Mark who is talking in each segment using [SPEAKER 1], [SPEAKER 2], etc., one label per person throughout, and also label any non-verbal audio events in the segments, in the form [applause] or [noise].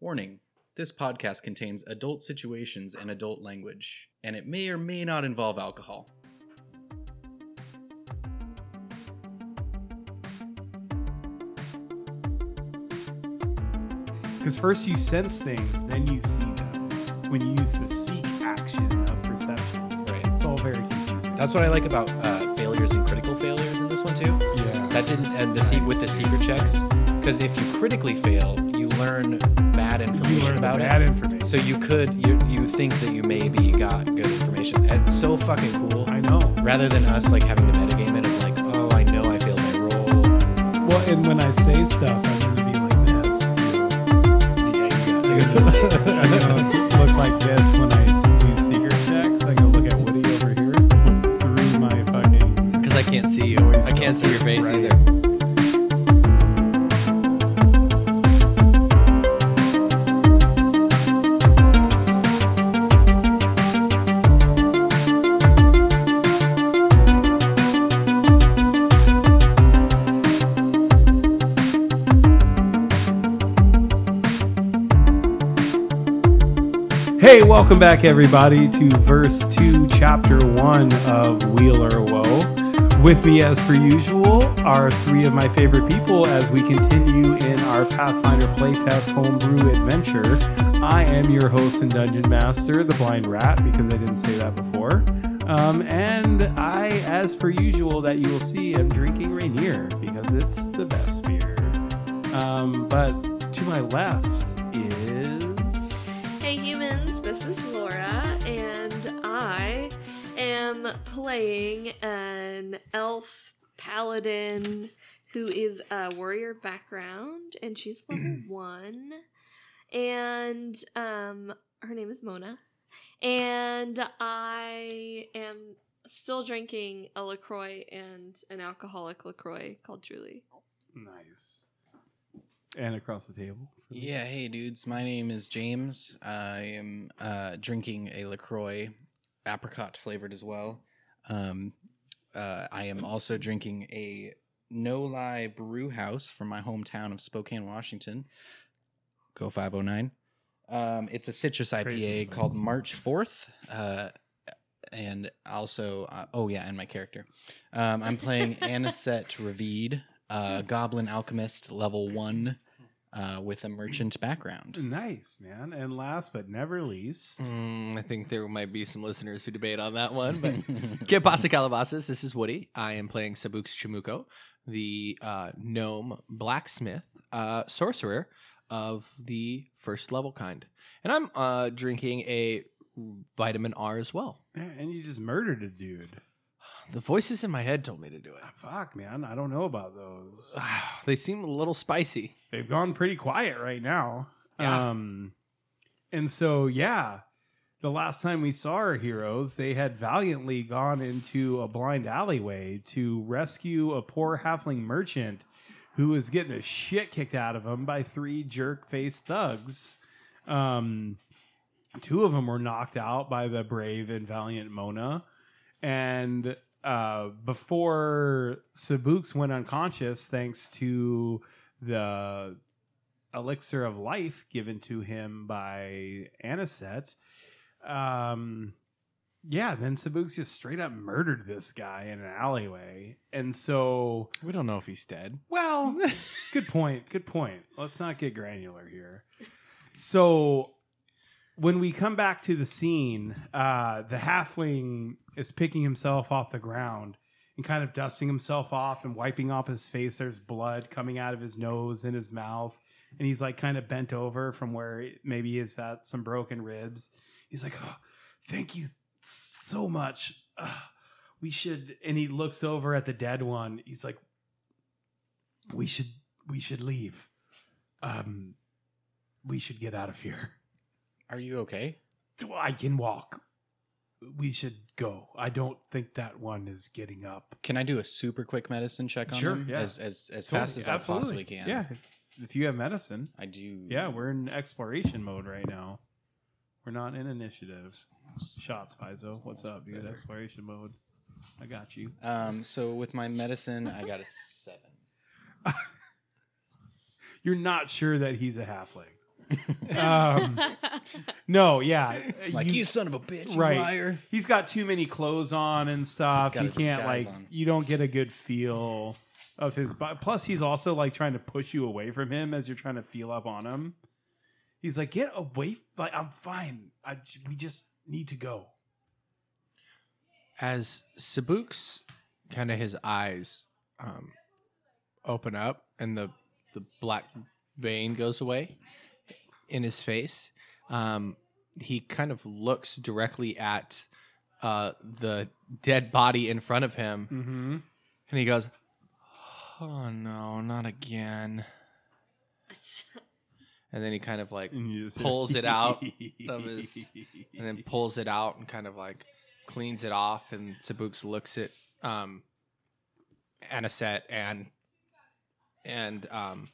[SPEAKER 1] Warning this podcast contains adult situations and adult language, and it may or may not involve alcohol.
[SPEAKER 2] Because first you sense things, then you see them. When you use the seek action of perception,
[SPEAKER 1] Right.
[SPEAKER 2] it's all very confusing.
[SPEAKER 3] That's what I like about uh, failures and critical failures in this one too.
[SPEAKER 2] yeah.
[SPEAKER 3] That didn't end the se- with the secret checks because if you critically fail, you learn bad information
[SPEAKER 2] You learn
[SPEAKER 3] about
[SPEAKER 2] bad
[SPEAKER 3] it.
[SPEAKER 2] information.
[SPEAKER 3] So you could you you think that you maybe got good information. It's so fucking cool.
[SPEAKER 2] I know.
[SPEAKER 3] Rather than us like having to metagame it of like, oh, I know I failed my
[SPEAKER 4] [laughs]
[SPEAKER 3] roll.
[SPEAKER 2] Well, and when I say stuff, I'm gonna be like this.
[SPEAKER 3] Yeah, you got
[SPEAKER 2] I'm
[SPEAKER 3] [laughs] it.
[SPEAKER 2] gonna look like this when I do secret checks. I'm gonna look at Woody over here through my fucking.
[SPEAKER 4] Because I can't see you.
[SPEAKER 2] Always
[SPEAKER 4] I can't see your face
[SPEAKER 2] right.
[SPEAKER 4] either.
[SPEAKER 2] Hey, welcome back, everybody, to verse two, chapter one of Wheeler Woe. With me, as per usual, are three of my favorite people as we continue in our Pathfinder playtest homebrew adventure. I am your host and dungeon master, the Blind Rat, because I didn't say that before. Um, and I, as per usual, that you will see, am drinking Rainier because it's the best beer. Um, but to my left is.
[SPEAKER 5] Hey humans, this is Laura, and I am playing an elf paladin who is a warrior background, and she's level one. And um, her name is Mona, and I am still drinking a Lacroix and an alcoholic Lacroix called Julie.
[SPEAKER 2] Nice. And across the table. for the-
[SPEAKER 1] Yeah, hey dudes, my name is James. I am uh, drinking a LaCroix, apricot flavored as well. Um, uh, I am also drinking a no lie brew house from my hometown of Spokane, Washington. Go 509. Um, it's a citrus
[SPEAKER 2] Crazy
[SPEAKER 1] IPA called
[SPEAKER 2] place.
[SPEAKER 1] March 4th. Uh, and also, uh, oh yeah, and my character. Um, I'm
[SPEAKER 2] [laughs]
[SPEAKER 1] playing Anisette Ravid,
[SPEAKER 2] Hmm.
[SPEAKER 1] uh, Goblin Alchemist, level one, uh, with a merchant
[SPEAKER 2] Hmm.
[SPEAKER 1] background.
[SPEAKER 2] Nice, man. And last but never least,
[SPEAKER 4] Mm, I think there might be some listeners who debate on that one, but
[SPEAKER 1] [laughs]
[SPEAKER 4] [laughs] Que pasa, calabasas? This is Woody. I am playing Sabux Chimuko, the uh, gnome blacksmith uh, sorcerer of the first level kind. And I'm uh, drinking a vitamin R as well.
[SPEAKER 2] Yeah, and you just murdered a dude.
[SPEAKER 4] The voices in my head told me to do
[SPEAKER 2] Ah,
[SPEAKER 4] it. [sighs]
[SPEAKER 2] Fuck, man. I don't know about those.
[SPEAKER 4] They seem a little spicy.
[SPEAKER 2] They've gone pretty quiet right now.
[SPEAKER 4] Yeah.
[SPEAKER 2] Um, and so, yeah, the last time we saw our heroes, they had valiantly gone into a blind alleyway to rescue a poor halfling merchant who was getting the shit kicked out of him by three jerk faced thugs. Um, two of them were knocked out by the brave and valiant Mona. And uh, before Sabuks went unconscious, thanks to the elixir of life given to him by Anisette, um, yeah, then Sabuks just straight up murdered this guy in an alleyway. And so
[SPEAKER 4] We don't know if he's dead.
[SPEAKER 2] well,
[SPEAKER 4] [laughs]
[SPEAKER 2] good point. Good point. Let's not get granular here. So, when we come back to the scene, uh, the halfling is picking himself off the ground and kind of dusting himself off and wiping off his face. There's blood coming out of his nose and his mouth. And he's like kind of bent over from where it- maybe he's at some broken ribs. He's like, oh, Thank you so much. Ugh, we should. And he looks over at the dead one. He's like, we should we should leave um we should get out of here
[SPEAKER 1] Are you okay?
[SPEAKER 2] i can walk we should go i don't think that one is getting up
[SPEAKER 1] Can I do a super quick medicine check on
[SPEAKER 2] Sure,
[SPEAKER 1] him
[SPEAKER 2] yeah.
[SPEAKER 1] as as as fast as I possibly can?
[SPEAKER 2] yeah if you have medicine
[SPEAKER 1] I do.
[SPEAKER 2] yeah we're in exploration mode right now we're not in initiatives shots Paizo. what's up dude
[SPEAKER 1] Better.
[SPEAKER 2] exploration mode i got you
[SPEAKER 1] Um. So with my medicine, I got a
[SPEAKER 2] [laughs]
[SPEAKER 1] seven.
[SPEAKER 2] you're not sure that he's a halfling [laughs] Um, no, yeah.
[SPEAKER 1] Like
[SPEAKER 2] You-
[SPEAKER 1] you, son of a bitch,
[SPEAKER 2] Right.
[SPEAKER 1] you liar.
[SPEAKER 2] he's got too many clothes on and
[SPEAKER 1] He's
[SPEAKER 2] stuff.
[SPEAKER 1] got
[SPEAKER 2] You
[SPEAKER 1] a
[SPEAKER 2] can't
[SPEAKER 1] disguise
[SPEAKER 2] like
[SPEAKER 1] on.
[SPEAKER 2] you don't get a good feel of his body. Plus, he's also like trying to push you away from him as you're trying to feel up on him. He's like, get away! Like I'm fine. I j- we just need to go.
[SPEAKER 4] as Sabuks kind of his eyes um, open up and the the black vein goes away in his face, um, he kind of looks directly at uh, the dead body in front of him,
[SPEAKER 2] Mm-hmm.
[SPEAKER 4] and he goes, "Oh no, not again!" And then he kind of like
[SPEAKER 2] And you just
[SPEAKER 4] Pulls it out of his- and then pulls it out and kind of like cleans it off and Sabuks looks at um Anisette and and um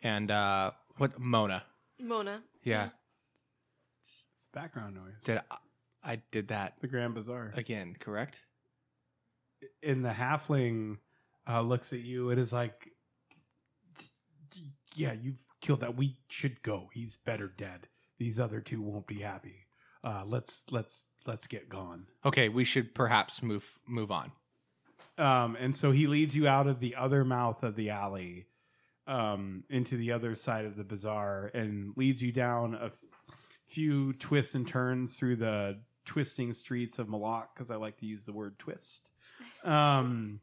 [SPEAKER 4] and uh what Mona.
[SPEAKER 5] [laughs] Mona.
[SPEAKER 4] Yeah.
[SPEAKER 2] it's background noise.
[SPEAKER 4] Did I, I did that
[SPEAKER 2] the Grand Bazaar
[SPEAKER 4] again, correct?
[SPEAKER 2] and the halfling uh, looks at you and is like, "Yeah, you've killed that. We should go. He's better dead. These other two won't be happy. Uh, let's let's let's get gone."
[SPEAKER 4] Okay, we should perhaps move move on.
[SPEAKER 2] Um, and so he leads you out of the other mouth of the alley um, into the other side of the bazaar and leads you down a f- few twists and turns through the twisting streets of Malak because I like to use the word twist. Um,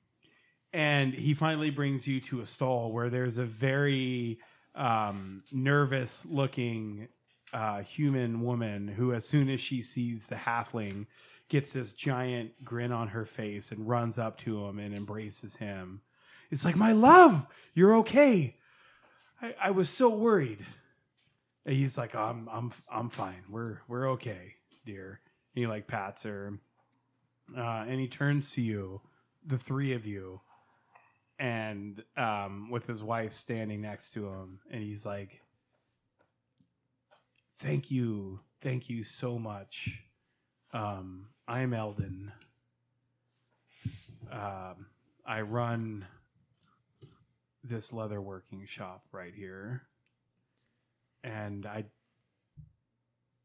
[SPEAKER 2] and he finally brings you to a stall where there's a very um, nervous looking uh, human woman who, as soon as she sees the halfling, gets this giant grin on her face and runs up to him and embraces him. It's like, my love, you're okay. I, I was so worried. And he's like, I'm I'm I'm fine. We're we're okay, dear. And he like pats her. Uh, and he turns to you, the three of you, and um, with his wife standing next to him, and he's like, Thank you, thank you so much. Um, I'm Eldon. Um, I run this leather working shop right here. And I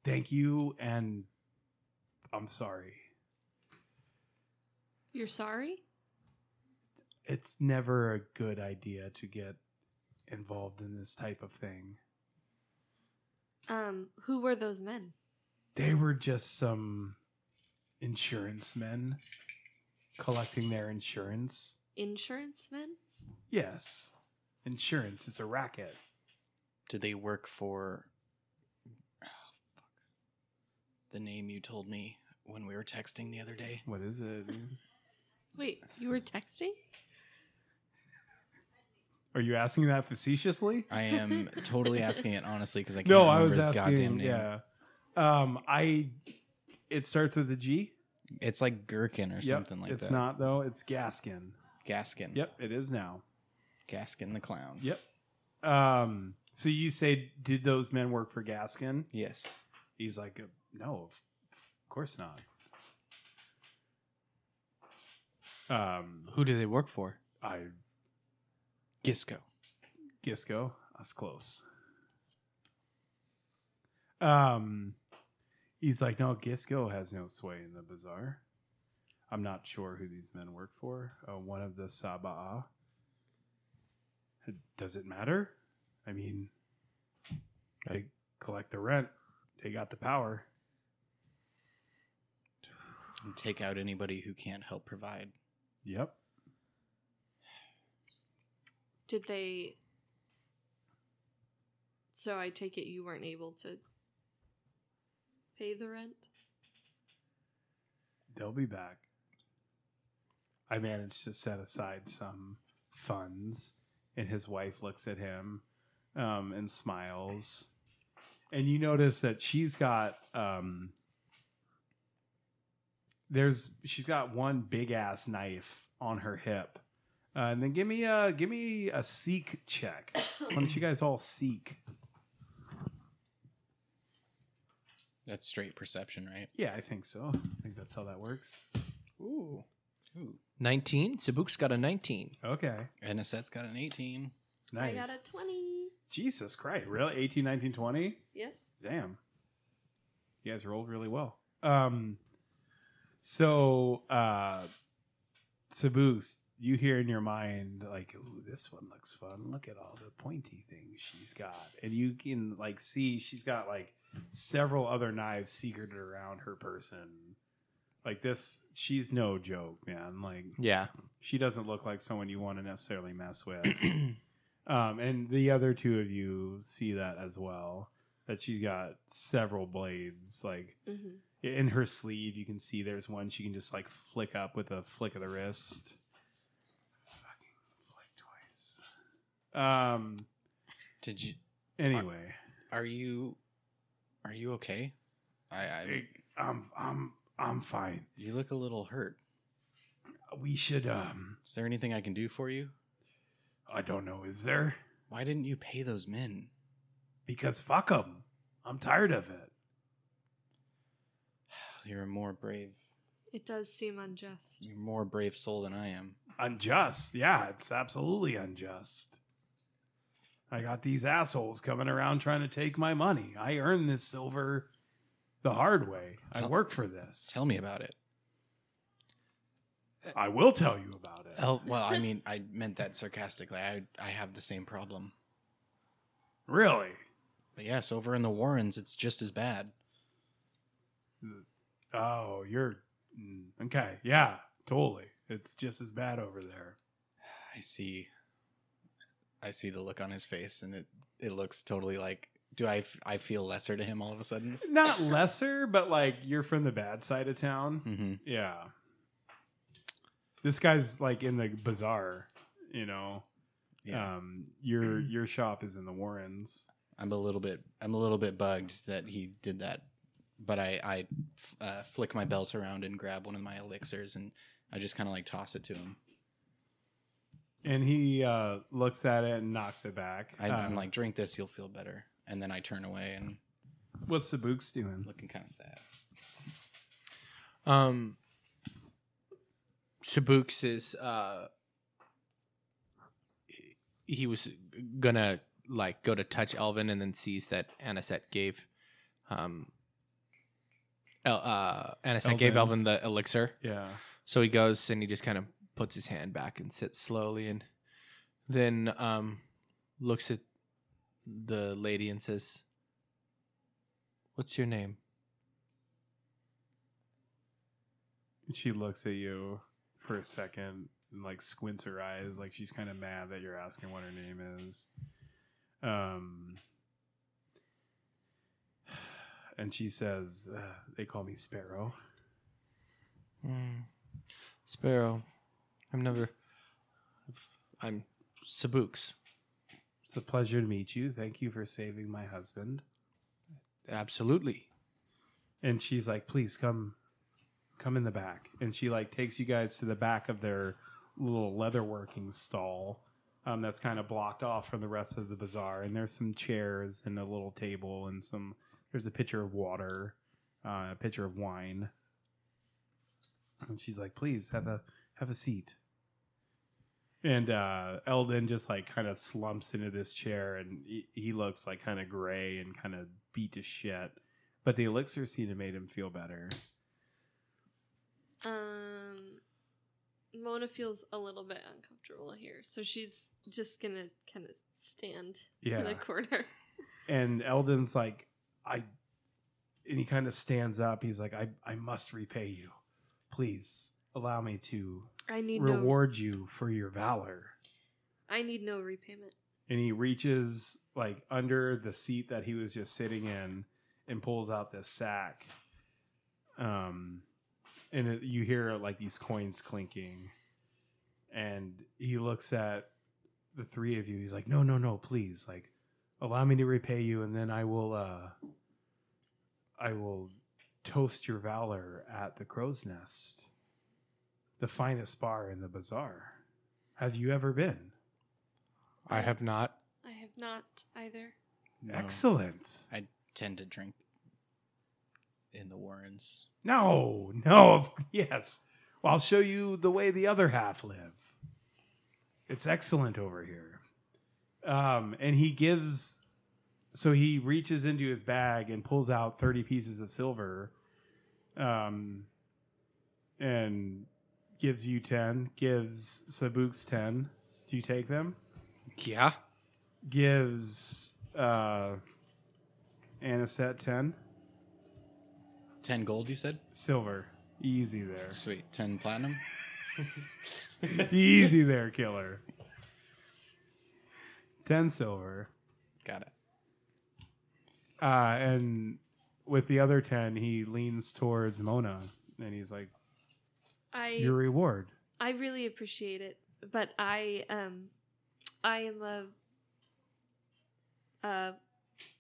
[SPEAKER 2] thank you and I'm sorry.
[SPEAKER 5] You're sorry?
[SPEAKER 2] It's never a good idea to get involved in this type of thing.
[SPEAKER 5] Um, who were those men?
[SPEAKER 2] They were just some insurance men collecting their insurance.
[SPEAKER 5] Insurance men?
[SPEAKER 2] Yes. Insurance is a racket.
[SPEAKER 1] Did they work for? Oh, fuck. The name you told me when we were texting the other day.
[SPEAKER 2] What is it?
[SPEAKER 5] Wait, you were texting?
[SPEAKER 2] Are you asking that facetiously?
[SPEAKER 1] I
[SPEAKER 2] [laughs]
[SPEAKER 1] am totally asking it honestly because I can't
[SPEAKER 2] No,
[SPEAKER 1] remember
[SPEAKER 2] I was
[SPEAKER 1] his goddamn
[SPEAKER 2] asking.
[SPEAKER 1] name.
[SPEAKER 2] Yeah. Um, I. It starts with a G.
[SPEAKER 1] It's like Gherkin or
[SPEAKER 2] Yep,
[SPEAKER 1] something like
[SPEAKER 2] it's
[SPEAKER 1] that.
[SPEAKER 2] It's not though. It's Gaskin.
[SPEAKER 1] Gaskin.
[SPEAKER 2] Yep, it is now.
[SPEAKER 1] Gaskin the clown.
[SPEAKER 2] Yep. Um. So you say, did those men work for Gaskin?
[SPEAKER 1] Yes.
[SPEAKER 2] He's like, "Uh, no, of of course not. Um.
[SPEAKER 4] Who do they work for?
[SPEAKER 2] I
[SPEAKER 1] Gisco.
[SPEAKER 2] Gisco. That's close. Um, he's like, no, Gisco has no sway in the bazaar. I'm not sure who these men work for. Uh, one of the Saba'a. Does it matter? I mean, they collect the rent. They got the power.
[SPEAKER 1] And take out anybody who can't help provide.
[SPEAKER 2] Yep.
[SPEAKER 5] Did they. So I take it you weren't able to pay the rent?
[SPEAKER 2] They'll be back. I managed to set aside some funds, and his wife looks at him um, and smiles. And you notice that she's got um, there's she's got one big ass knife on her hip. Uh, and then give me a give me a seek check. Why don't you guys all seek?
[SPEAKER 1] That's straight perception, right?
[SPEAKER 2] Yeah, I think so. I think that's how that works.
[SPEAKER 4] Ooh.
[SPEAKER 1] Ooh.
[SPEAKER 4] 19. Sabuks got a 19.
[SPEAKER 2] Okay,
[SPEAKER 1] And a set's got an 18.
[SPEAKER 2] nice.
[SPEAKER 5] I got a 20.
[SPEAKER 2] Jesus Christ. Really? 18, 19, 20?
[SPEAKER 5] Yeah.
[SPEAKER 2] Damn. You guys rolled really well. Um so uh Saboose, you hear in your mind like, ooh, this one looks fun. Look at all the pointy things she's got. And you can like see she's got like several other knives secreted around her person. Like this she's no joke, man. Like
[SPEAKER 4] Yeah.
[SPEAKER 2] she doesn't look like someone you want to necessarily mess with. [clears throat] um, and the other two of you see that as well. That she's got several blades, like
[SPEAKER 1] Mm-hmm.
[SPEAKER 5] Mhm.
[SPEAKER 2] in her sleeve. You can see there's one she can just like flick up with a flick of the wrist. Fucking flick twice. Um.
[SPEAKER 1] Did you?
[SPEAKER 2] Anyway,
[SPEAKER 1] Are you? Are you okay? I. I
[SPEAKER 2] I, I'm I'm I'm fine.
[SPEAKER 1] you look a little hurt.
[SPEAKER 2] We should. Um.
[SPEAKER 1] Is there anything I can do for you?
[SPEAKER 2] I don't know. Is there?
[SPEAKER 1] Why didn't you pay those men?
[SPEAKER 2] Because fuck them. I'm tired of it.
[SPEAKER 1] You're a more brave.
[SPEAKER 5] It does seem unjust.
[SPEAKER 1] You're a more brave soul than I am.
[SPEAKER 2] unjust. Yeah, it's absolutely unjust. I got these assholes coming around trying to take my money. I earned this silver the hard way. I
[SPEAKER 1] Tell-
[SPEAKER 2] work for this.
[SPEAKER 1] Tell me about it.
[SPEAKER 2] I will tell you about it.
[SPEAKER 4] El-
[SPEAKER 1] Well, I mean, I meant that sarcastically. I I have the same problem.
[SPEAKER 2] Really?
[SPEAKER 1] But yes, over in the Warrens, it's just as bad.
[SPEAKER 2] Oh, you're mm, okay. Yeah, totally. It's just as bad over there.
[SPEAKER 1] I see. I see the look on his face, and it it looks totally like. Do I f- I feel lesser to him all of a sudden?
[SPEAKER 2] Not [laughs] lesser, but like you're from the bad side of town.
[SPEAKER 1] Mm-hmm.
[SPEAKER 2] Yeah. This guy's like in the bazaar, you know.
[SPEAKER 1] Yeah,
[SPEAKER 2] Um your your shop is in the Warrens.
[SPEAKER 1] I'm a little bit I'm a little bit bugged that he did that, but I I f- uh, flick my belt around and grab one of my elixirs, and I just kind of like toss it to him.
[SPEAKER 2] And he uh looks at it and knocks it back.
[SPEAKER 1] I,
[SPEAKER 2] Um,
[SPEAKER 1] I'm like, drink this, you'll feel better. And then I turn away and
[SPEAKER 2] what's the books doing?
[SPEAKER 1] looking kind of sad.
[SPEAKER 4] Um, Shabooks is uh, he was gonna like go to touch Elvin and then sees that Anisette gave, um, El- uh, Anisette gave
[SPEAKER 2] Elvin.
[SPEAKER 4] Elvin the elixir.
[SPEAKER 2] Yeah.
[SPEAKER 4] So he goes and he just kind of puts his hand back and sits slowly and then um, looks at the lady and says, "What's your name?"
[SPEAKER 2] She looks at you for a second and like squints her eyes like she's kind of mad that you're asking what her name is. Um [sighs] and she says, uh, "They call me Sparrow."
[SPEAKER 4] Mm. Sparrow. I've never. I'm Sabooks.
[SPEAKER 2] It's a pleasure to meet you. Thank you for saving my husband.
[SPEAKER 4] Absolutely.
[SPEAKER 2] and she's like please come come in the back and she like takes you guys to the back of their little leatherworking stall um, that's kind of blocked off from the rest of the bazaar and there's some chairs and a little table and some there's a pitcher of water uh, a pitcher of wine and she's like please have a have a seat and uh eldon just like kind of slumps into this chair and he, he looks like kind of gray and kind of beat to shit but the elixir seemed to made him feel better.
[SPEAKER 5] Um, Mona feels a little bit uncomfortable here, so she's just gonna kind of stand in a
[SPEAKER 2] Yeah.
[SPEAKER 5] corner.
[SPEAKER 2] And Eldon's like, I and he kind of stands up. He's like, I, I must repay you. Please allow me to
[SPEAKER 5] I need
[SPEAKER 2] reward you for your valor.
[SPEAKER 5] no. I need no repayment.
[SPEAKER 2] And he reaches like under the seat that he was just sitting in and pulls out this sack. Um and it, you hear like these coins clinking. And he looks at the three of you. He's like, "No, no, no, please. Like allow me to repay you and then I will uh I will toast your valor at the crow's nest. The finest bar in the bazaar. Have you ever been?"
[SPEAKER 4] I have not.
[SPEAKER 5] I have not either.
[SPEAKER 1] No,
[SPEAKER 2] Excellent.
[SPEAKER 1] I tend to drink in the Warrens.
[SPEAKER 2] No, no, of- [laughs] yes. Well, I'll show you the way the other half live. It's excellent over here. Um, and he gives, so he reaches into his bag and pulls out 30 pieces of silver um, and gives you 10, gives Sabuks 10. Do you take them?
[SPEAKER 4] Yeah.
[SPEAKER 2] Gives uh, Anisette 10.
[SPEAKER 1] 10 gold, you said?
[SPEAKER 2] Silver. Easy there.
[SPEAKER 1] Sweet. 10 platinum?
[SPEAKER 2] [laughs] Easy there, killer. 10 silver.
[SPEAKER 1] Got it.
[SPEAKER 2] Uh, and with the other 10, he leans towards Mona and he's like,
[SPEAKER 5] I
[SPEAKER 2] Your reward.
[SPEAKER 5] I really appreciate it, but I um I am a uh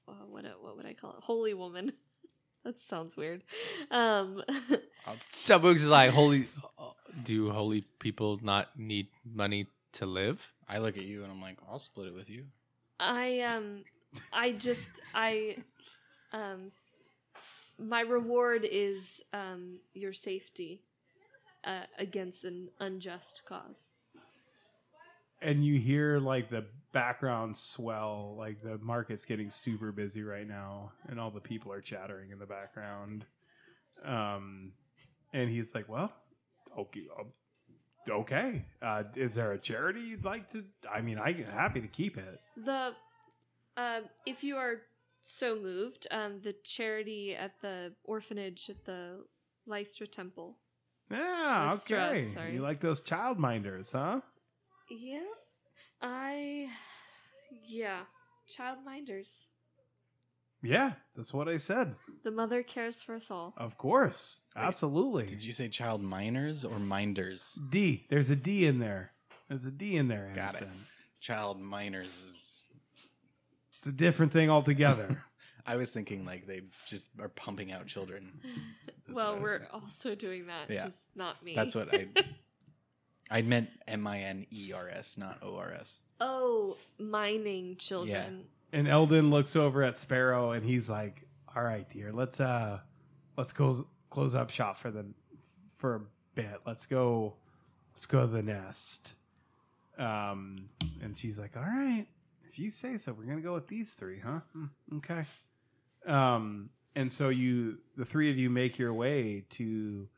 [SPEAKER 5] uh, what what would I call it? Holy woman. [laughs] that sounds weird. Um [laughs]
[SPEAKER 4] Subwooks is like, holy. uh, Do holy people not need money to live?
[SPEAKER 1] I look at you and I'm like, I'll split it with you.
[SPEAKER 5] I um I just I um my reward is um your safety uh, against an unjust cause.
[SPEAKER 2] And you hear like the background swell, like the market's getting super busy right now, and all the people are chattering in the background. Um, and he's like, Well, okay. um, Okay. Uh, is there a charity you'd like to? I mean, I'm happy to keep it.
[SPEAKER 5] The uh, if you are so moved, um, the charity at the orphanage at the Lystra Temple.
[SPEAKER 2] Yeah,
[SPEAKER 5] Those struts,
[SPEAKER 2] okay.
[SPEAKER 5] sorry.
[SPEAKER 2] You like those childminders, huh?
[SPEAKER 5] Yeah, I yeah, childminders.
[SPEAKER 2] Yeah, that's what I said.
[SPEAKER 5] The mother cares for us
[SPEAKER 1] Oh,
[SPEAKER 5] all.
[SPEAKER 2] Of course.
[SPEAKER 1] Wait,
[SPEAKER 2] Absolutely.
[SPEAKER 1] Did you say child minors or minders?
[SPEAKER 2] D. There's a D in there. There's a D in there,
[SPEAKER 1] Got it.
[SPEAKER 2] Anderson.
[SPEAKER 1] Child minors is.
[SPEAKER 2] It's a different thing altogether.
[SPEAKER 1] [laughs] I was thinking like they just are pumping out
[SPEAKER 5] [laughs]
[SPEAKER 1] children. That's what I
[SPEAKER 5] well,
[SPEAKER 1] was
[SPEAKER 5] we're
[SPEAKER 1] thinking.
[SPEAKER 5] also doing that,
[SPEAKER 1] Yeah.
[SPEAKER 5] just not me.
[SPEAKER 1] That's what
[SPEAKER 5] [laughs]
[SPEAKER 1] I. I meant M I N E R S, not O R S.
[SPEAKER 5] Oh, mining children.
[SPEAKER 2] and Eldon looks over at Sparrow and he's like, "All right, dear. Let's uh let's go close up shop for the for a bit. Let's go let's go to the nest." Um and she's like, "All right. If you say so, we're going to go with these three, huh? Mm, okay." Um and so you the three of you make your way to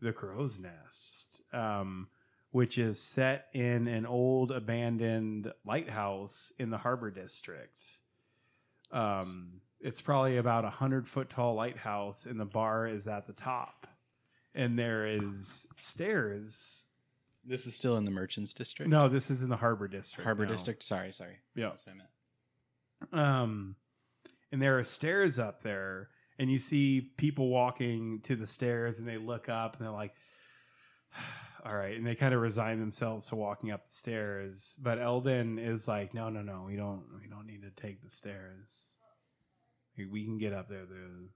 [SPEAKER 2] the crow's nest. Um which is set in an old abandoned lighthouse in the harbor district. Um, it's probably about a hundred foot tall lighthouse, and the bar is at the top, and there is stairs.
[SPEAKER 1] This is still in the merchants district.
[SPEAKER 2] No, this is in the harbor district.
[SPEAKER 1] harbor
[SPEAKER 2] now.
[SPEAKER 1] district. Sorry, sorry.
[SPEAKER 2] Yeah.
[SPEAKER 1] That's what I meant.
[SPEAKER 2] Um, and there are stairs up there, and you see people walking to the stairs, and they look up, and they're like, [sighs] "All right," and they kind of resign themselves to walking up the stairs. But Eldon is like, "No, no, no, we don't, we don't need to take the stairs. We- We can get up there the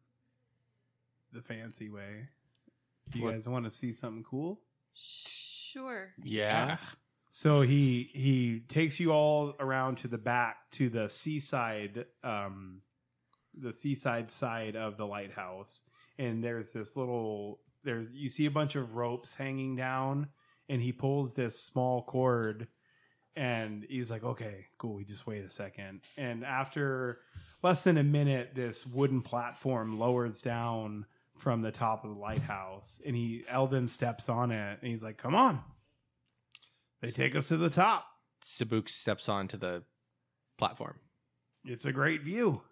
[SPEAKER 2] the fancy way. You
[SPEAKER 4] What-
[SPEAKER 2] guys want to see something cool?"
[SPEAKER 5] Sure.
[SPEAKER 4] Yeah.
[SPEAKER 2] So he he takes you all around to the back to the seaside, um, the seaside side of the lighthouse, and there's this little there's you see a bunch of ropes hanging down, and he pulls this small cord, and he's like, "Okay, cool. We just wait a second. And after less than a minute, this wooden platform lowers down from the top of the lighthouse, and he Eldon steps on it, and he's like, "Come on." They take us to the top.
[SPEAKER 4] Sabuk steps onto the platform.
[SPEAKER 2] It's a great view.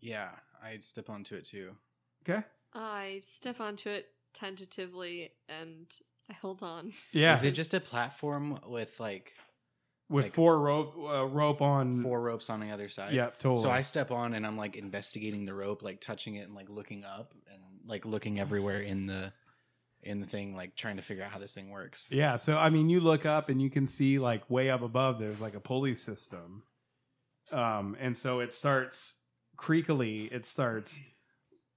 [SPEAKER 1] Yeah, I'd step onto it too.
[SPEAKER 2] Okay.
[SPEAKER 5] I step onto it tentatively and I hold on.
[SPEAKER 2] Yeah.
[SPEAKER 1] Is it just a platform with like
[SPEAKER 2] with
[SPEAKER 1] like-
[SPEAKER 2] four rope uh, rope on
[SPEAKER 1] four ropes on the other side?
[SPEAKER 2] Yeah, totally.
[SPEAKER 1] So I step on and I'm like investigating the rope, like touching it and like looking up and like looking everywhere in the in the thing, like trying to figure out how this thing works.
[SPEAKER 2] Yeah, so I mean, you look up and you can see like way up above there's like a pulley system. Um and so it starts creakily, it starts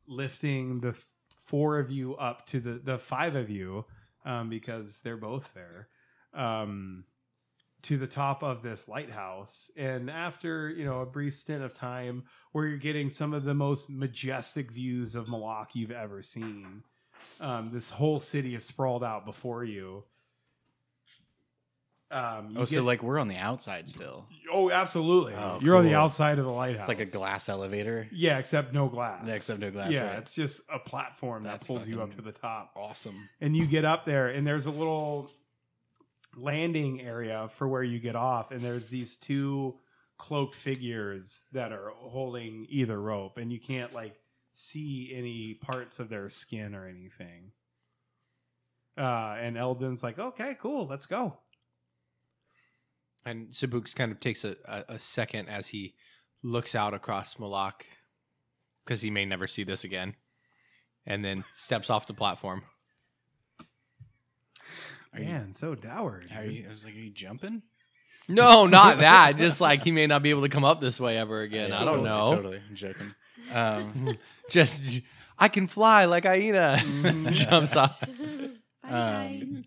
[SPEAKER 2] lifting the th- four of you up to the the five of you um because they're both there. Um to the top of this lighthouse and after you know a brief stint of time where you're getting some of the most majestic views of Malak you've ever seen um, this whole city is sprawled out before you Um, you
[SPEAKER 1] Oh, so
[SPEAKER 2] get-
[SPEAKER 1] like we're on the outside still.
[SPEAKER 2] oh, absolutely.
[SPEAKER 1] Oh,
[SPEAKER 2] You're on the
[SPEAKER 1] cool.
[SPEAKER 2] outside of the lighthouse.
[SPEAKER 1] It's like a glass elevator.
[SPEAKER 2] Yeah, except no glass.
[SPEAKER 1] Next up to a glass.
[SPEAKER 2] yeah,
[SPEAKER 1] right?
[SPEAKER 2] it's just a platform that
[SPEAKER 1] That's
[SPEAKER 2] pulls you up to
[SPEAKER 1] fucking-
[SPEAKER 2] the top.
[SPEAKER 1] awesome.
[SPEAKER 2] and you get up there and there's a little landing area for where you get off and there's these two cloaked figures that are holding either rope and you can't like see any parts of their skin or anything uh and eldon's like okay cool let's go
[SPEAKER 4] And Sabuks kind of takes a, a, a second as he looks out across Malak because he may never see this again and then steps off the platform.
[SPEAKER 1] Are you,
[SPEAKER 2] man so dour
[SPEAKER 1] are
[SPEAKER 2] dude.
[SPEAKER 1] you? I was like, are you jumping?
[SPEAKER 4] No, not that. Just like he may not be able to come up this way ever again.
[SPEAKER 1] Yeah,
[SPEAKER 4] I
[SPEAKER 1] totally,
[SPEAKER 4] don't know.
[SPEAKER 1] Totally, I'm joking.
[SPEAKER 5] [laughs]
[SPEAKER 2] [laughs]
[SPEAKER 4] [laughs]
[SPEAKER 1] Um, [laughs]
[SPEAKER 4] Just, I can fly like [laughs] hyena. Jumps off.
[SPEAKER 5] Bye.
[SPEAKER 1] Um,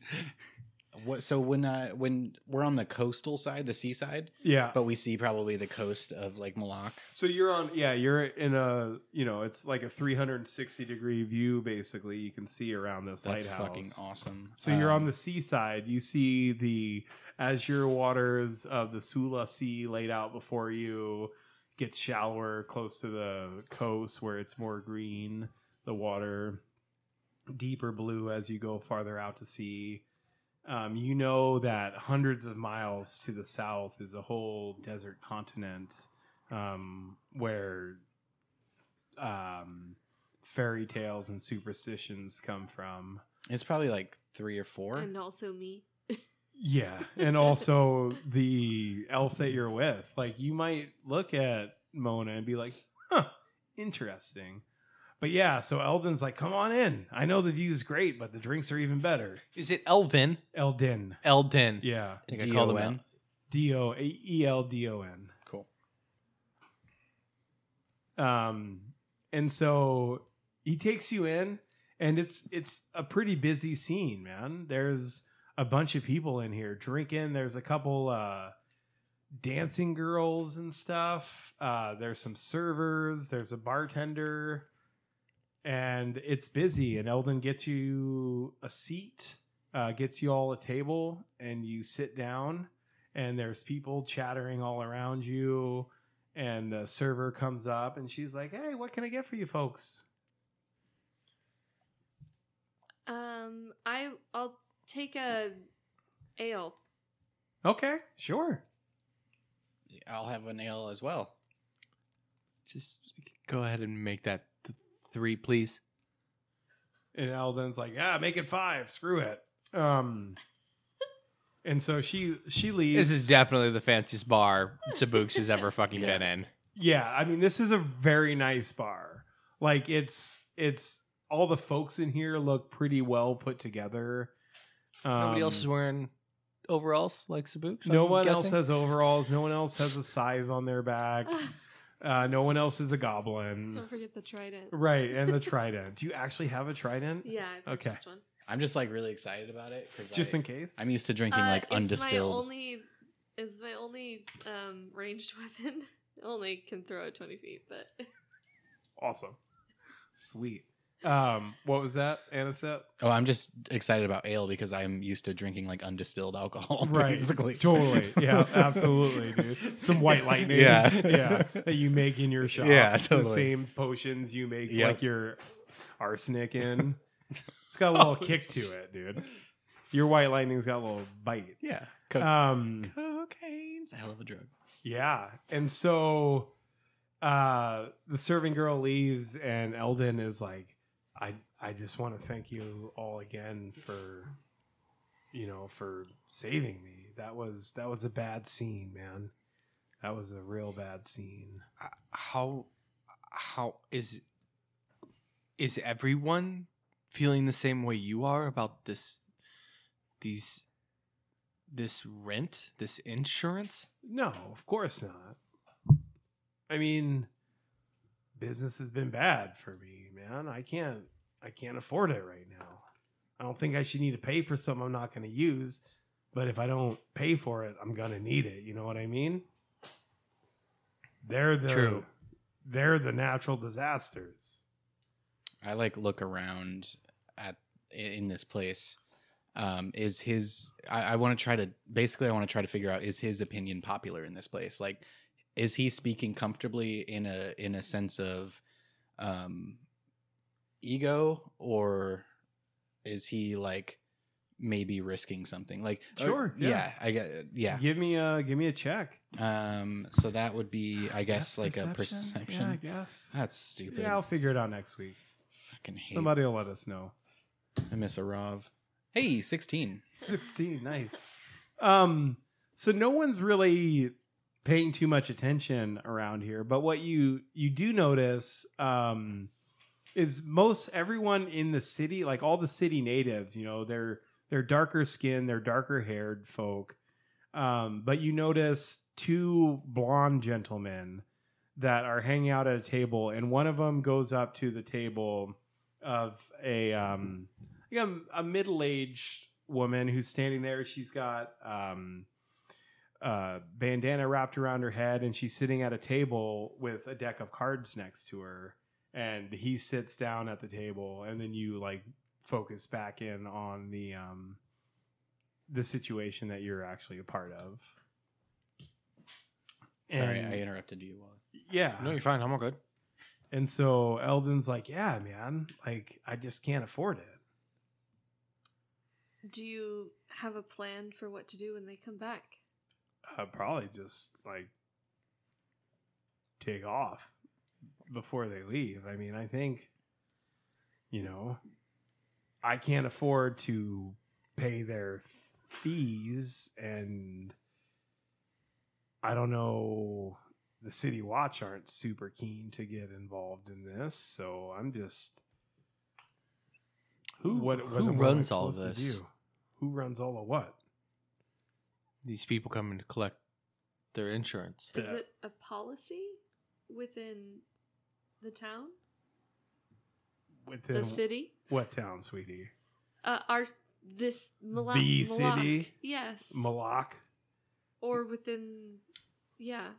[SPEAKER 1] what? So when uh, when we're on the coastal side, the seaside,
[SPEAKER 2] yeah
[SPEAKER 1] but we see probably the coast of like Malak.
[SPEAKER 2] So you're on, yeah, you're in a, you know, it's like a 360 degree view. Basically, you can see around this
[SPEAKER 1] That's
[SPEAKER 2] lighthouse.
[SPEAKER 1] fucking awesome.
[SPEAKER 2] So you're on
[SPEAKER 1] Um,
[SPEAKER 2] the seaside. You see the azure waters of the Sula Sea laid out before you. Gets shallower close to the coast where it's more green, the water deeper blue as you go farther out to sea. Um, you know that hundreds of miles to the south is a whole desert continent um, where um, fairy tales and superstitions come from.
[SPEAKER 1] It's probably like three or four.
[SPEAKER 5] and also me.
[SPEAKER 2] Yeah, and also the elf that you're with. Like you might look at Mona and be like, "Huh, interesting." But yeah, so Eldon's like, "Come on in. I know the view's great, but the drinks are even better."
[SPEAKER 4] Is it Elvin?
[SPEAKER 2] Eldin.
[SPEAKER 4] Eldin.
[SPEAKER 2] Yeah.
[SPEAKER 4] I think I called him
[SPEAKER 1] D.O.N..
[SPEAKER 4] out.
[SPEAKER 2] D O A E L D O N.
[SPEAKER 1] Cool.
[SPEAKER 2] Um and so he takes you in and it's it's a pretty busy scene, man. There's a bunch of people in here drinking. There's a couple uh dancing girls and stuff. Uh there's some servers, there's a bartender. And it's busy and Eldon gets you a seat, uh gets you all a table and you sit down and there's people chattering all around you and the server comes up and she's like, "Hey, what can I get for you folks?"
[SPEAKER 5] Um, I I'll take a [laughs] ale.
[SPEAKER 2] Okay, sure.
[SPEAKER 1] I'll have an ale as well.
[SPEAKER 4] Just go ahead and make that th- three, please.
[SPEAKER 2] And Alden's like, "Ah, make it five. Screw it."
[SPEAKER 4] [laughs]
[SPEAKER 2] Um, and so she she leaves.
[SPEAKER 4] This is definitely the fanciest bar Sabuks has ever fucking
[SPEAKER 1] Yeah.
[SPEAKER 4] been in.
[SPEAKER 2] yeah. I mean, this is a very nice bar. Like it's it's all the folks in here look pretty well put together. Um,
[SPEAKER 4] Nobody else is wearing overalls like Sabuks.
[SPEAKER 2] no
[SPEAKER 4] I'm
[SPEAKER 2] one else
[SPEAKER 4] guessing?
[SPEAKER 2] has overalls. No one else has a scythe on their
[SPEAKER 4] [sighs]
[SPEAKER 2] back. Uh, no one else is a goblin.
[SPEAKER 5] Don't forget the trident.
[SPEAKER 2] Right, and the trident. Do you actually have a
[SPEAKER 4] [laughs]
[SPEAKER 2] trident?
[SPEAKER 5] Yeah. I
[SPEAKER 2] Okay.
[SPEAKER 5] purchased One.
[SPEAKER 1] I'm just like really excited about it because
[SPEAKER 2] Just
[SPEAKER 1] I,
[SPEAKER 2] in case.
[SPEAKER 1] I'm used to drinking like
[SPEAKER 5] Uh, It's my
[SPEAKER 1] undistilled.
[SPEAKER 5] only is my only um ranged [laughs] weapon. only can throw at twenty feet, but [laughs]
[SPEAKER 2] awesome. Sweet. Um, what was that, Anisette?
[SPEAKER 1] Oh, I'm just excited about ale because I'm used to drinking like undistilled alcohol.
[SPEAKER 2] Right.
[SPEAKER 1] Basically.
[SPEAKER 2] Totally.
[SPEAKER 1] [laughs]
[SPEAKER 2] Yeah, absolutely, dude. Some white lightning.
[SPEAKER 1] Yeah.
[SPEAKER 2] yeah. [laughs] That you make in your shop.
[SPEAKER 1] Yeah,
[SPEAKER 2] The
[SPEAKER 1] totally.
[SPEAKER 2] same potions you make
[SPEAKER 1] Yep.
[SPEAKER 2] like your
[SPEAKER 1] [laughs]
[SPEAKER 2] arsenic in. it's got
[SPEAKER 1] Oh,
[SPEAKER 2] a little kick to it, dude. Your white lightning's got a little
[SPEAKER 1] [laughs]
[SPEAKER 2] bite.
[SPEAKER 1] [laughs] Yeah. Co-
[SPEAKER 2] Um
[SPEAKER 1] Cocaine's a hell of a drug.
[SPEAKER 2] Yeah. And so uh the serving girl leaves and Eldon is like, I I just want to thank you all again for you know, for saving me. That was that was a bad scene, man. That was a real bad scene.
[SPEAKER 4] Uh, How how is is everyone feeling the same way you are about this these this rent, this insurance?
[SPEAKER 2] No, of course not. I mean, business has been bad for me, man. I can't I can't afford it right now. I don't think I should need to pay for something I'm not going to use, but if I don't pay for it, I'm going to need it, you know what I mean? They're the
[SPEAKER 4] True.
[SPEAKER 2] They're the natural disasters.
[SPEAKER 1] I like look around at in this place um, is his i, I want to try to basically i want to try to figure out is his opinion popular in this place like is he speaking comfortably in a in a sense of um ego or is he like maybe risking something like or-
[SPEAKER 2] Sure, yeah.
[SPEAKER 1] yeah. i get yeah
[SPEAKER 2] Give me a give me a check.
[SPEAKER 1] um so that would be i guess like a
[SPEAKER 2] Yeah, I
[SPEAKER 1] perception
[SPEAKER 2] guess.
[SPEAKER 1] that's stupid
[SPEAKER 2] Yeah, I'll figure it out next week.
[SPEAKER 1] fucking hate
[SPEAKER 2] Somebody will let us know.
[SPEAKER 1] i miss a rov hey 16
[SPEAKER 2] 16 nice um so no one's really paying too much attention around here but what you you do notice um is most everyone in the city like all the city natives you know they're they're darker skinned they're darker haired folk um but you notice two blonde gentlemen that are hanging out at a table and one of them goes up to the table of a um like a, a middle-aged woman who's standing there. She's got um, a bandana wrapped around her head, and she's sitting at a table with a deck of cards next to her. And he sits down at the table, and then you like focus back in on the um, the situation that you're actually a part of.
[SPEAKER 1] sorry
[SPEAKER 2] And-
[SPEAKER 1] i interrupted you while
[SPEAKER 2] yeah.
[SPEAKER 4] No, you're fine. I'm all good.
[SPEAKER 2] And so Eldon's like, "Yeah, man, like I just can't afford it."
[SPEAKER 5] Do you have a plan for what to do when they come back?
[SPEAKER 2] uh, probably just like take off before they leave. I mean, I think, you know, I can't afford to pay their fees, and I don't know. The city watch aren't super keen to get involved in this, so I'm just
[SPEAKER 4] Who
[SPEAKER 2] what, what
[SPEAKER 4] who
[SPEAKER 2] am I
[SPEAKER 4] runs all
[SPEAKER 2] supposed to
[SPEAKER 4] this?
[SPEAKER 2] do? Who runs all of what?
[SPEAKER 4] These people coming to collect their insurance.
[SPEAKER 5] Is
[SPEAKER 2] Yeah.
[SPEAKER 5] it a policy within the town,
[SPEAKER 2] Within
[SPEAKER 5] the city?
[SPEAKER 2] what town, sweetie?
[SPEAKER 5] Uh, our this Mala-
[SPEAKER 2] The
[SPEAKER 5] Malak,
[SPEAKER 2] city?
[SPEAKER 5] yes,
[SPEAKER 2] Malak.
[SPEAKER 5] or within, yeah.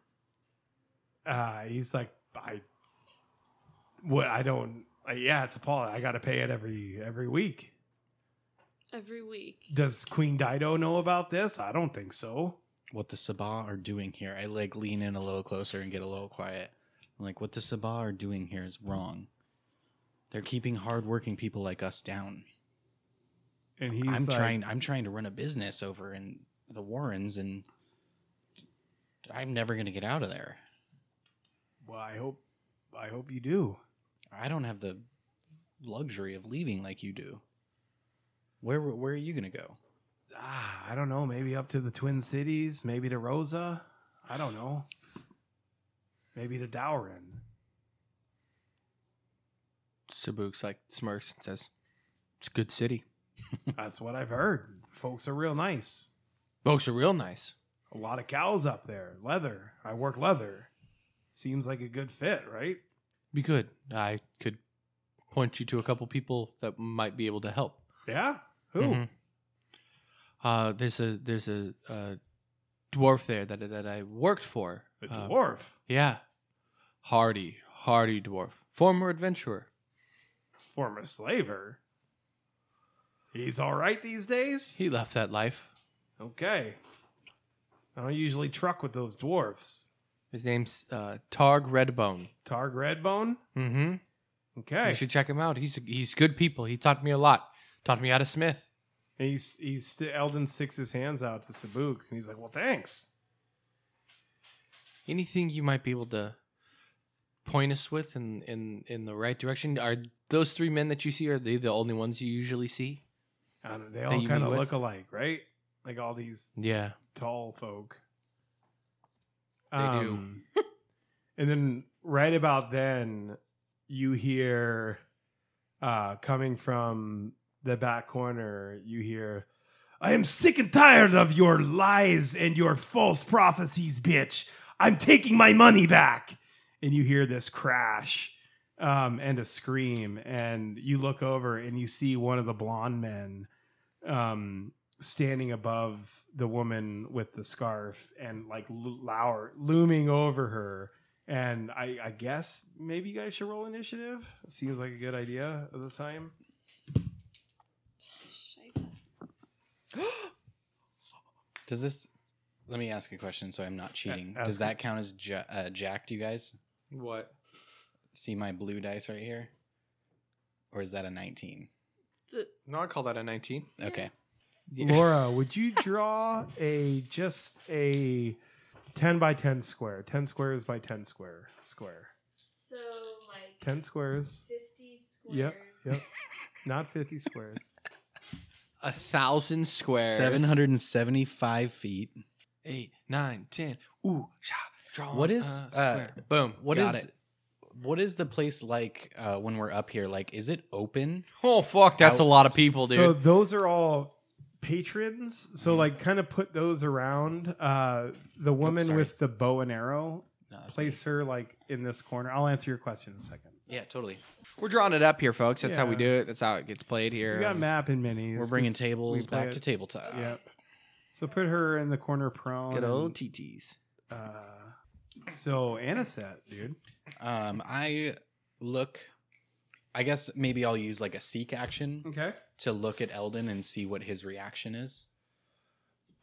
[SPEAKER 2] uh, he's like, I, what I don't, uh, yeah, it's a Paul. I got to pay it every every week.
[SPEAKER 5] Every week.
[SPEAKER 2] Does Queen Dido know about this? I don't think so.
[SPEAKER 1] what the Sabah are doing here. I like lean in a little closer and get a little quiet. I'm like, what the Sabah are doing here is wrong. They're keeping hardworking people like us down.
[SPEAKER 2] And he's
[SPEAKER 1] I'm
[SPEAKER 2] like,
[SPEAKER 1] trying. I'm trying to run a business over in the Warrens, and I'm never going to get out of there.
[SPEAKER 2] Well, I hope, I hope you do.
[SPEAKER 1] I don't have the luxury of leaving like you do. Where Where are you going to go?
[SPEAKER 2] Ah, I don't know. Maybe up to the Twin Cities. Maybe to Rosa. I don't know. Maybe
[SPEAKER 1] [laughs]
[SPEAKER 2] to Dowrin.
[SPEAKER 4] Sabuks like smirks and says, "It's a good city.
[SPEAKER 2] That's what I've heard. Folks are real nice.
[SPEAKER 4] Folks are real nice.
[SPEAKER 2] A lot of cows up there. Leather. I work leather. Seems like a good fit, right?
[SPEAKER 4] Be good. I could point you to a couple people that might be able to help.
[SPEAKER 2] Yeah. Who?
[SPEAKER 1] Mm-hmm.
[SPEAKER 4] Mhm. Uh, there's a there's a, uh dwarf there that that I worked for.
[SPEAKER 2] A
[SPEAKER 4] Uh,
[SPEAKER 2] dwarf.
[SPEAKER 4] yeah, hardy, hardy dwarf, former adventurer.
[SPEAKER 2] former slaver. He's all right these days.
[SPEAKER 4] He left that life.
[SPEAKER 2] Okay. I don't usually truck with those dwarfs.
[SPEAKER 4] His name's uh, Targ Redbone.
[SPEAKER 2] Targ Redbone.
[SPEAKER 4] Mm-hmm. You
[SPEAKER 2] Okay.
[SPEAKER 4] should check him out. He's he's good people. He taught me a lot. Taught me how to smith.
[SPEAKER 2] He's he's st- Eldon sticks his hands out to Sabuk, and he's like, "Well, thanks."
[SPEAKER 4] Anything you might be able to point us with in in in the right direction? Are those three men that you see are they the only ones you usually see?
[SPEAKER 2] I don't know, they
[SPEAKER 4] you
[SPEAKER 2] all
[SPEAKER 4] meet
[SPEAKER 2] kind of
[SPEAKER 4] with?
[SPEAKER 2] look alike, right? Like all these
[SPEAKER 4] Yeah.
[SPEAKER 2] tall folk.
[SPEAKER 4] They
[SPEAKER 2] do. and then right about then, you hear uh, coming from the back corner, you hear, I am sick and tired of your lies and your false prophecies, bitch. I'm taking my money back. And you hear this crash um, and a scream. And you look over and you see one of the blonde men um, standing above the woman with the scarf and like lo- lower, looming over her. And I, I guess maybe you guys should roll initiative. It seems like a good idea at the time.
[SPEAKER 5] Scheiße.
[SPEAKER 1] Does this? Let me ask a question, so I'm not cheating.
[SPEAKER 2] ask
[SPEAKER 1] Does
[SPEAKER 2] it.
[SPEAKER 1] that count as ja- uh, jacked? You guys
[SPEAKER 4] What?
[SPEAKER 1] see my blue dice right here, or is that a 19?
[SPEAKER 5] The,
[SPEAKER 4] No, I call that a 19.
[SPEAKER 1] Okay.
[SPEAKER 2] Laura, would you draw a just a ten by ten square? Ten squares by ten square square.
[SPEAKER 5] so like
[SPEAKER 2] Ten squares,
[SPEAKER 5] 50 squares.
[SPEAKER 2] Yep, yep. not fifty squares.
[SPEAKER 4] A thousand squares.
[SPEAKER 1] 775 feet.
[SPEAKER 4] Eight, nine, ten. Ooh, sha, draw.
[SPEAKER 1] What is,
[SPEAKER 4] a
[SPEAKER 1] uh,
[SPEAKER 4] square. boom?
[SPEAKER 1] What is
[SPEAKER 4] got it.
[SPEAKER 1] What is the place like uh, when we're up here? Like, is it open?
[SPEAKER 4] Oh fuck, that's a
[SPEAKER 1] Out-
[SPEAKER 4] lot of people, dude.
[SPEAKER 2] So those are all patrons. So like, kind of put those around. Uh, the woman
[SPEAKER 1] sorry.
[SPEAKER 2] with the bow and arrow.
[SPEAKER 1] No, that's
[SPEAKER 2] Place her like in this corner. I'll answer your question in a second.
[SPEAKER 1] me. Yeah, totally.
[SPEAKER 4] We're drawing it up here, folks. That's how we
[SPEAKER 2] Yeah.
[SPEAKER 4] do it. That's how it gets played here. Um,
[SPEAKER 2] We got map and minis.
[SPEAKER 1] We're bringing
[SPEAKER 2] 'cause-
[SPEAKER 1] tables
[SPEAKER 2] play
[SPEAKER 1] back
[SPEAKER 2] it.
[SPEAKER 1] to tabletop.
[SPEAKER 2] Yep. So put her in the corner prone.
[SPEAKER 4] Good
[SPEAKER 2] and-
[SPEAKER 4] old TTs.
[SPEAKER 2] Uh, so Anisette, dude.
[SPEAKER 1] Um, I look. I guess maybe I'll use like a seek action
[SPEAKER 2] Okay.
[SPEAKER 1] to look at Eldon and see what his reaction is.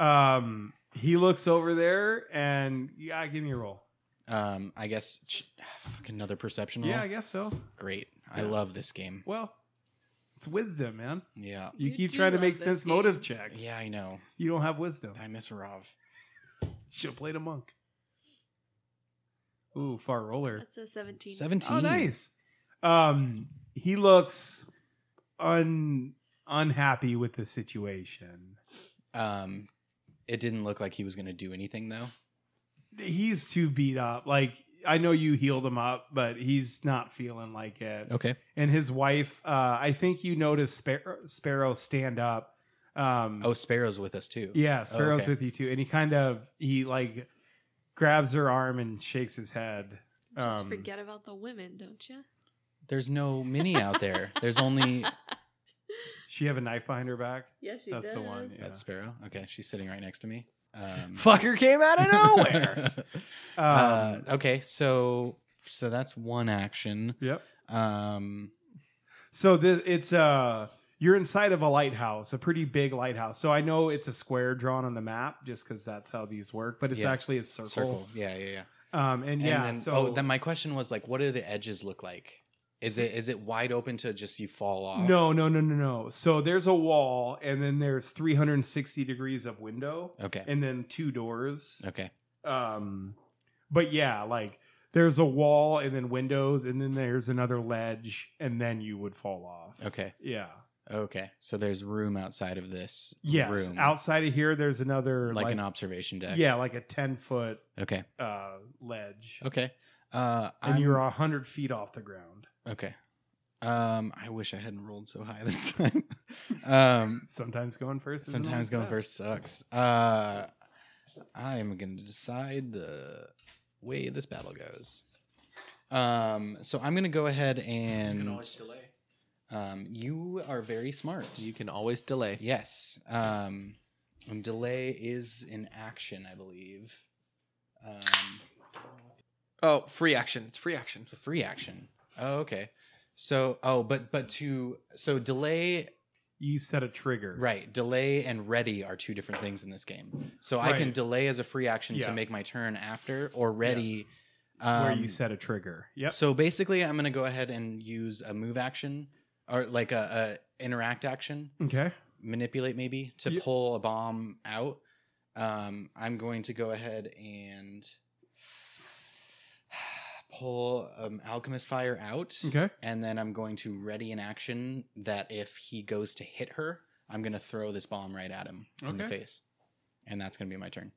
[SPEAKER 2] Um, he looks over there, and yeah, give me a roll.
[SPEAKER 1] Um, I guess ch- [sighs] fuck another perception roll.
[SPEAKER 2] Yeah, I guess so.
[SPEAKER 1] Great. I
[SPEAKER 2] Yeah.
[SPEAKER 1] love this game.
[SPEAKER 2] Well, it's wisdom, man.
[SPEAKER 1] Yeah.
[SPEAKER 2] [laughs] You,
[SPEAKER 5] You
[SPEAKER 2] keep
[SPEAKER 5] do
[SPEAKER 2] trying to
[SPEAKER 5] love
[SPEAKER 2] make
[SPEAKER 5] this
[SPEAKER 2] sense
[SPEAKER 5] game.
[SPEAKER 2] motive checks.
[SPEAKER 1] Yeah, I know.
[SPEAKER 2] you don't have wisdom.
[SPEAKER 1] I miss Rav.
[SPEAKER 2] She'll play the monk. Ooh, far roller.
[SPEAKER 5] That's a 17.
[SPEAKER 1] 17.
[SPEAKER 2] Oh, nice. Um, he looks un unhappy with the situation.
[SPEAKER 1] Um, it didn't look like he was going to do anything though.
[SPEAKER 2] He's too beat up. Like I know you healed him up, but he's not feeling like it.
[SPEAKER 1] Okay.
[SPEAKER 2] and his wife. Uh, I think you noticed Sparrow, Sparrow stand up. Um,
[SPEAKER 1] Oh, Sparrow's with us too.
[SPEAKER 2] yeah, Sparrow's
[SPEAKER 1] okay.
[SPEAKER 2] with you too, and he kind of he like grabs her arm and shakes his head.
[SPEAKER 5] Just
[SPEAKER 2] Um,
[SPEAKER 5] forget about the women,
[SPEAKER 1] [laughs]
[SPEAKER 5] don't you?
[SPEAKER 1] There's no mini out
[SPEAKER 2] [laughs]
[SPEAKER 1] there. There's
[SPEAKER 5] [laughs]
[SPEAKER 1] only
[SPEAKER 2] She have a knife behind her back.
[SPEAKER 5] Yes, she
[SPEAKER 2] That's
[SPEAKER 5] does.
[SPEAKER 2] the one. Yeah.
[SPEAKER 1] that's Sparrow. Okay, she's sitting right next to me. Um,
[SPEAKER 4] Fucker came out
[SPEAKER 1] [laughs]
[SPEAKER 4] of nowhere.
[SPEAKER 1] uh,
[SPEAKER 2] Um,
[SPEAKER 1] okay, so so that's one action.
[SPEAKER 2] yep.
[SPEAKER 1] Um,
[SPEAKER 2] So this it's uh you're inside of a lighthouse, a pretty big lighthouse. So I know it's a square drawn on the map, just because that's how these work. But it's
[SPEAKER 1] Yeah.
[SPEAKER 2] actually a circle.
[SPEAKER 1] circle. Yeah, yeah, yeah.
[SPEAKER 2] Um, and,
[SPEAKER 1] And
[SPEAKER 2] yeah.
[SPEAKER 1] Then,
[SPEAKER 2] so
[SPEAKER 1] oh, then my question was like, what do the edges look like? Is it is it wide open to just you fall off?
[SPEAKER 2] No, no, no, no, no. So there's a wall, and then there's 360 degrees of window,
[SPEAKER 1] Okay.
[SPEAKER 2] and then two doors.
[SPEAKER 1] Okay.
[SPEAKER 2] Um, but yeah, like there's a wall, and then windows, and then there's another ledge, and then you would fall off.
[SPEAKER 1] Okay.
[SPEAKER 2] Yeah.
[SPEAKER 1] Okay. So there's room outside of this
[SPEAKER 2] Yes.
[SPEAKER 1] room.
[SPEAKER 2] Outside of here, there's another
[SPEAKER 1] like, an observation deck.
[SPEAKER 2] yeah, like a 10 foot
[SPEAKER 1] Okay.
[SPEAKER 2] uh ledge,
[SPEAKER 1] Okay. Uh,
[SPEAKER 2] and
[SPEAKER 1] I'm-
[SPEAKER 2] you're a hundred feet off the ground.
[SPEAKER 1] okay. Um, I wish I hadn't rolled so high [laughs] this time. um,
[SPEAKER 2] Sometimes going first. isn't
[SPEAKER 1] sometimes
[SPEAKER 2] always
[SPEAKER 1] going
[SPEAKER 2] best.
[SPEAKER 1] first sucks. Uh, I'm going to decide the way this battle goes. Um, so I'm going to go ahead and
[SPEAKER 4] delay.
[SPEAKER 1] um, you are very smart.
[SPEAKER 4] You can always delay.
[SPEAKER 1] Yes. Um, and delay is an action, I believe. Um,
[SPEAKER 4] Oh, free action. It's free action.
[SPEAKER 1] It's a free action. Oh, okay. So, oh, but but to so delay,
[SPEAKER 2] You set a trigger.
[SPEAKER 1] right? Delay and ready are two different things in this game. So I can
[SPEAKER 2] Right.
[SPEAKER 1] delay as a free action
[SPEAKER 2] Yeah.
[SPEAKER 1] to make my turn after, or ready.
[SPEAKER 2] Where
[SPEAKER 1] um,
[SPEAKER 2] you set a trigger. Yep.
[SPEAKER 1] So basically, I'm gonna go ahead and use a move action or like a, a interact action,
[SPEAKER 2] Okay.
[SPEAKER 1] manipulate maybe to
[SPEAKER 2] Yeah.
[SPEAKER 1] pull a bomb out. Um, I'm going to go ahead and [sighs] pull um, alchemist fire out
[SPEAKER 2] Okay.
[SPEAKER 1] and then I'm going to ready an action that if he goes to hit her, I'm going to throw this bomb right at him in the
[SPEAKER 2] Okay.
[SPEAKER 1] face, and that's going to be my turn.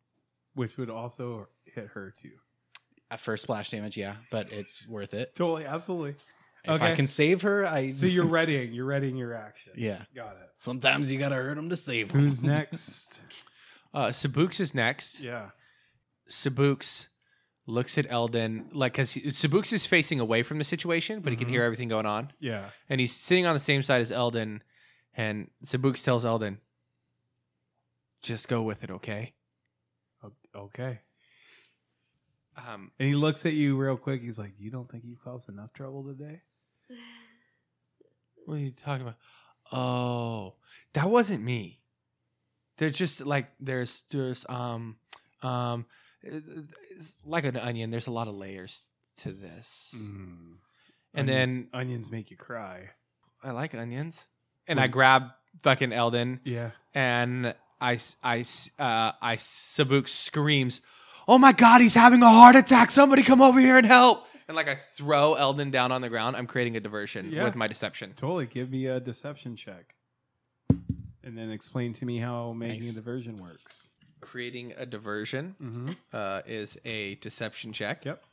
[SPEAKER 2] which would also hit her too.
[SPEAKER 1] At first splash damage, yeah, but it's worth it.
[SPEAKER 2] Totally, absolutely.
[SPEAKER 1] If I
[SPEAKER 2] Okay.
[SPEAKER 1] can save her, I
[SPEAKER 2] So
[SPEAKER 1] [laughs]
[SPEAKER 2] you're readying, you're readying your action.
[SPEAKER 1] yeah.
[SPEAKER 2] Got it.
[SPEAKER 1] Sometimes you got to hurt him to save him.
[SPEAKER 2] Who's
[SPEAKER 1] [laughs]
[SPEAKER 2] next?
[SPEAKER 4] Uh, Sabuks is next.
[SPEAKER 2] yeah.
[SPEAKER 4] Sabuks looks at Eldon like because Sabuks is facing away from the situation, but he can
[SPEAKER 2] Mhm.
[SPEAKER 4] hear everything going on,
[SPEAKER 2] Yeah.
[SPEAKER 4] and he's sitting on the same side as Eldon. And Sabuks tells Eldon, "Just go with it, okay?"
[SPEAKER 2] O- Okay.
[SPEAKER 4] Um,
[SPEAKER 2] And he looks at you real quick. He's like, You don't think you've caused enough trouble today?
[SPEAKER 4] what are you talking about? Oh, that wasn't me. They're just like there's there's um um it's like an onion. There's a lot of layers to this,
[SPEAKER 1] Hmm.
[SPEAKER 2] Mm.
[SPEAKER 4] and
[SPEAKER 2] Onion-
[SPEAKER 4] then
[SPEAKER 2] onions make you cry.
[SPEAKER 4] I like onions, and I
[SPEAKER 2] Wait.
[SPEAKER 4] grab fucking Eldon,
[SPEAKER 2] Yeah.
[SPEAKER 4] and I s- I s- uh, I Sabuk screams, "Oh my god, he's having a heart attack! Somebody come over here and help!" And like I throw Eldon down on the ground. I'm creating a diversion
[SPEAKER 2] Yeah.
[SPEAKER 4] with my deception.
[SPEAKER 2] Totally. Give me a deception check. And then explain to me how making
[SPEAKER 1] Nice.
[SPEAKER 2] a diversion works.
[SPEAKER 4] Creating a diversion
[SPEAKER 2] Mm-hmm.
[SPEAKER 4] uh, is a deception check.
[SPEAKER 2] Yep.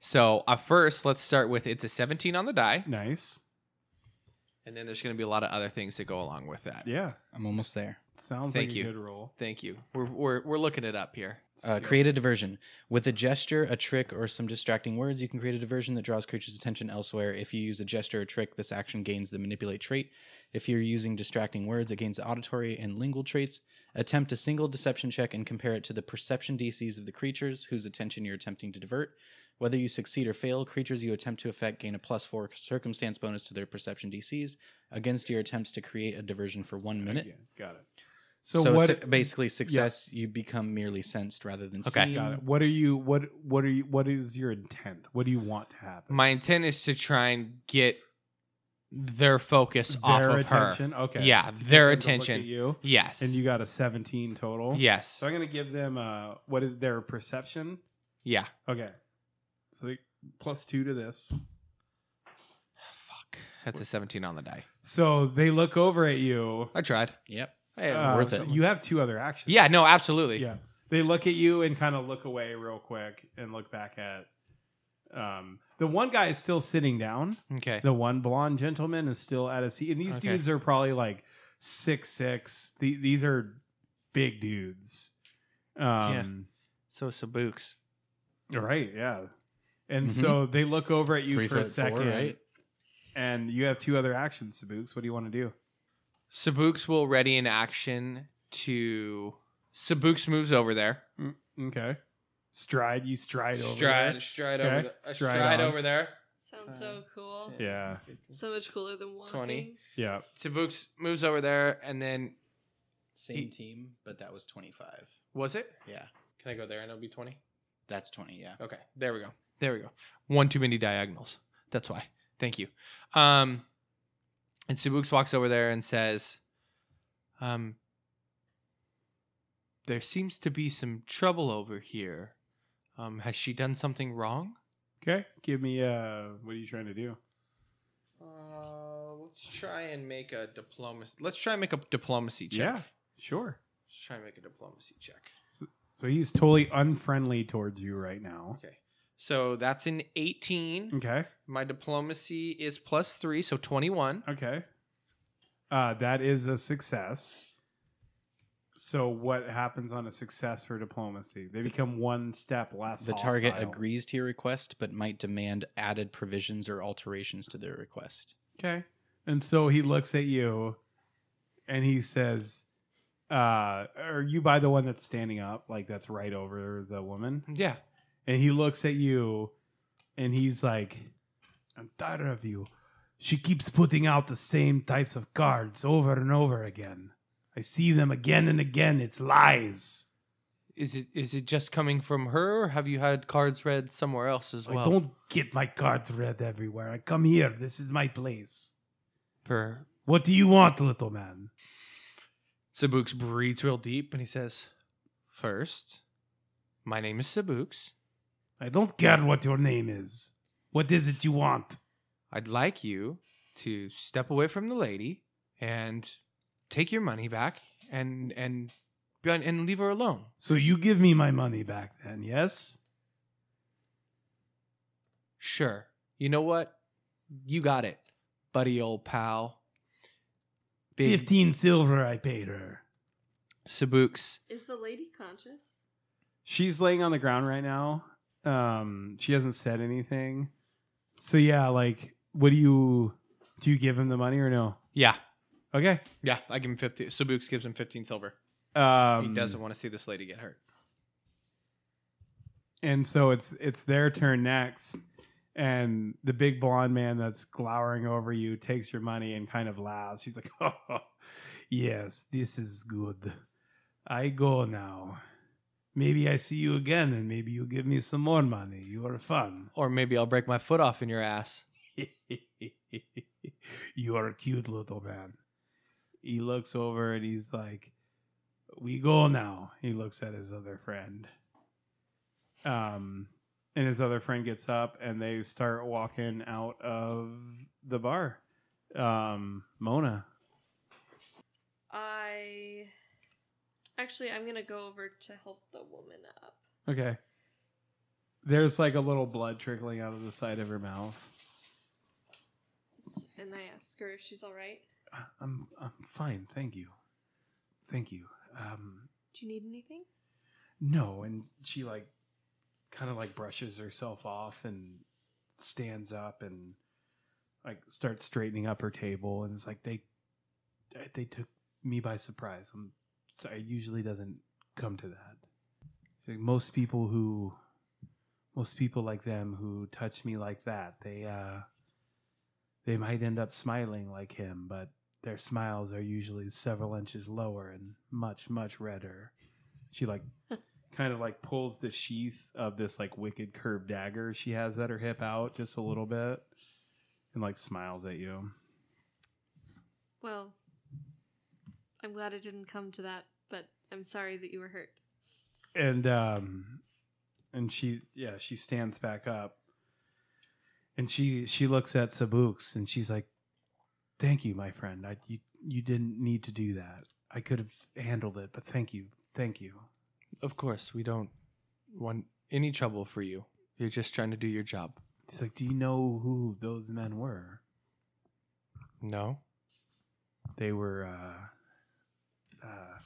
[SPEAKER 4] So uh, first, let's start with it's a 17 on the die,
[SPEAKER 2] [laughs] Nice.
[SPEAKER 4] and then there's going to be a lot of other things that go along with that.
[SPEAKER 2] Yeah.
[SPEAKER 1] I'm almost there.
[SPEAKER 2] Sounds
[SPEAKER 4] Thank
[SPEAKER 2] like
[SPEAKER 4] you.
[SPEAKER 2] a good roll.
[SPEAKER 4] Thank you. We're, we're we're looking it up here.
[SPEAKER 1] Uh, create a diversion. With a gesture, a trick, or some distracting words, you can create a diversion that draws creatures' attention elsewhere. If you use a gesture or trick, this action gains the manipulate trait. If you're using distracting words, it gains the auditory and lingual traits. Attempt a single deception check and compare it to the perception DCs of the creatures whose attention you're attempting to divert. Whether you succeed or fail, creatures you attempt to affect gain a plus four circumstance bonus to their perception DCs against your attempts to create a diversion for one minute.
[SPEAKER 2] Again, Got it.
[SPEAKER 1] So,
[SPEAKER 2] So, what?
[SPEAKER 1] su- basically, success you become merely sensed rather than
[SPEAKER 4] Okay.
[SPEAKER 1] seen.
[SPEAKER 2] got it. What are you? What? What are you? What is your intent? What do you want to happen?
[SPEAKER 4] My intent is to try and get their focus
[SPEAKER 2] Their
[SPEAKER 4] off of her.
[SPEAKER 2] attention. Okay.
[SPEAKER 4] Yeah,
[SPEAKER 2] To get
[SPEAKER 4] their
[SPEAKER 2] them to look
[SPEAKER 4] attention.
[SPEAKER 2] at you.
[SPEAKER 4] Yes.
[SPEAKER 2] And you got a 17 total.
[SPEAKER 4] yes.
[SPEAKER 2] So I'm gonna give them uh what is their perception?
[SPEAKER 4] Yeah.
[SPEAKER 2] Okay. So they plus two to this.
[SPEAKER 4] Fuck. That's a 17 on the die.
[SPEAKER 2] So they look over at you.
[SPEAKER 4] I tried.
[SPEAKER 1] Yep.
[SPEAKER 4] Hey,
[SPEAKER 2] Uh,
[SPEAKER 4] worth
[SPEAKER 2] so
[SPEAKER 4] it.
[SPEAKER 2] You have two other actions.
[SPEAKER 4] yeah. No. Absolutely.
[SPEAKER 2] [laughs] Yeah. They look at you and kind of look away real quick and look back at um the one guy is still sitting down.
[SPEAKER 4] Okay.
[SPEAKER 2] The one blonde gentleman is still at a seat. And these
[SPEAKER 4] Okay.
[SPEAKER 2] dudes are probably like six six. The, these are big dudes. Um
[SPEAKER 4] So Sabuks.
[SPEAKER 2] Right. Yeah. And
[SPEAKER 1] Mhm.
[SPEAKER 4] Mm-hmm.
[SPEAKER 2] so they look over at you
[SPEAKER 1] Three
[SPEAKER 2] for a
[SPEAKER 1] foot four,
[SPEAKER 2] second,
[SPEAKER 1] right?
[SPEAKER 2] and you have two other actions, Sabuks. What do you want to do?
[SPEAKER 4] Sabuks will ready in action to. Sabuks moves over there.
[SPEAKER 2] Okay. Stride. You stride over.
[SPEAKER 4] Stride. Stride over.
[SPEAKER 2] Okay.
[SPEAKER 4] there. Uh,
[SPEAKER 2] Stride
[SPEAKER 4] Stride
[SPEAKER 2] on.
[SPEAKER 4] over there.
[SPEAKER 5] [laughs] Sounds so cool.
[SPEAKER 2] there. Yeah.
[SPEAKER 5] So much cooler than walking.
[SPEAKER 4] 20.
[SPEAKER 2] Yeah.
[SPEAKER 4] Sabuks moves over there, and then
[SPEAKER 1] Same team, but that was 25.
[SPEAKER 4] was it?
[SPEAKER 1] Yeah.
[SPEAKER 4] Can I go there and it'll be 20?
[SPEAKER 1] That's 20, yeah.
[SPEAKER 4] Okay, there we go. There we go. One too many diagonals. That's why. Thank you. Um, and Subux walks over there and says, um, "There seems to be some trouble over here. Um, has she done something wrong?"
[SPEAKER 2] Okay. Give me. Uh. What are you trying to do?
[SPEAKER 4] Uh, let's try and make a diplomacy. Let's try and make a diplomacy check.
[SPEAKER 2] Yeah. Sure.
[SPEAKER 4] Let's try and make a diplomacy check.
[SPEAKER 2] So he's totally unfriendly towards you right now.
[SPEAKER 4] Okay. So that's an 18.
[SPEAKER 2] Okay.
[SPEAKER 4] My diplomacy is plus three, so 21.
[SPEAKER 2] Okay. Uh, that is a success. So what happens on a success for diplomacy? They become one step less.
[SPEAKER 1] The target
[SPEAKER 2] hostile.
[SPEAKER 1] agrees to your request, but might demand added provisions or alterations to their request.
[SPEAKER 2] Okay. And so he looks at you and he says, uh, Are you by the one that's standing up? Like that's right over the woman.
[SPEAKER 4] Yeah.
[SPEAKER 2] And he looks at you and he's like, I'm tired of you. She keeps putting out the same types of cards over and over again. I see them again and again. It's lies.
[SPEAKER 4] Is it is it just coming from her, or have you had cards read somewhere else as well?
[SPEAKER 2] I don't get my cards read everywhere. I come here. This is my place.
[SPEAKER 4] Per
[SPEAKER 2] What do you want, little man?
[SPEAKER 4] Sabuks breathes real deep, and he says, First, my name is Sabuks.
[SPEAKER 2] I don't care what your name is. What is it you want?
[SPEAKER 4] I'd like you to step away from the lady and take your money back and and and leave her alone."
[SPEAKER 2] So you give me my money back then, yes?
[SPEAKER 4] Sure. You know what? You got it, buddy, old pal. Big
[SPEAKER 2] 15 silver I paid her.
[SPEAKER 4] Sabuks.
[SPEAKER 5] Is the lady conscious?
[SPEAKER 2] She's laying on the ground right now. Um, she hasn't said anything. So yeah, like, what do you do? You give him the money or no?
[SPEAKER 4] Yeah,
[SPEAKER 2] Okay.
[SPEAKER 4] yeah. I give him fifty. Sabuks gives him fifteen silver.
[SPEAKER 2] Um,
[SPEAKER 4] he doesn't want to see this lady get hurt.
[SPEAKER 2] and so it's it's their turn next and the big blonde man that's glowering over you [laughs] takes your money and kind of laughs he's like oh yes this is good I go now. Maybe I see you again, and maybe you give me some more money. You are fun.
[SPEAKER 4] Or maybe I'll break my foot off in your ass.
[SPEAKER 2] [laughs] you are a cute little man. He looks over and he's like, We go now. He looks at his other friend. Um, and his other friend gets up and they start walking out of the bar. Um, Mona.
[SPEAKER 5] I actually I'm gonna go over to help the woman up.
[SPEAKER 2] Okay. There's like a little blood trickling out of the side of her mouth.
[SPEAKER 5] And I ask her if she's alright.
[SPEAKER 2] "Uh, I'm I'm fine, thank you. Thank you. Um,
[SPEAKER 5] Do you need anything?
[SPEAKER 2] No, and she like kind of like brushes herself off and stands up and like starts straightening up her table and it's like they uh, they took me by surprise. I'm sorry, it usually doesn't come to that. She's like most people who most people like them who touch me like that, they uh they might end up smiling like him, but their smiles are usually several inches lower and much much redder. She like kind of like pulls the sheath of this like wicked curved dagger she has at her hip out just a little bit and like smiles at you.
[SPEAKER 5] Well I'm glad it didn't come to that, but I'm sorry that you were hurt.
[SPEAKER 2] And um and she yeah, she stands back up. And she she looks at Sabuks and she's like, "Thank you, my friend. I you you didn't need to do that. I could have handled it, but thank you. Thank you."
[SPEAKER 4] Of course, we don't want any trouble for you. You're just trying to do your job.
[SPEAKER 2] She's like, "Do you know who those men were?"
[SPEAKER 4] No?
[SPEAKER 2] they were uh, uh,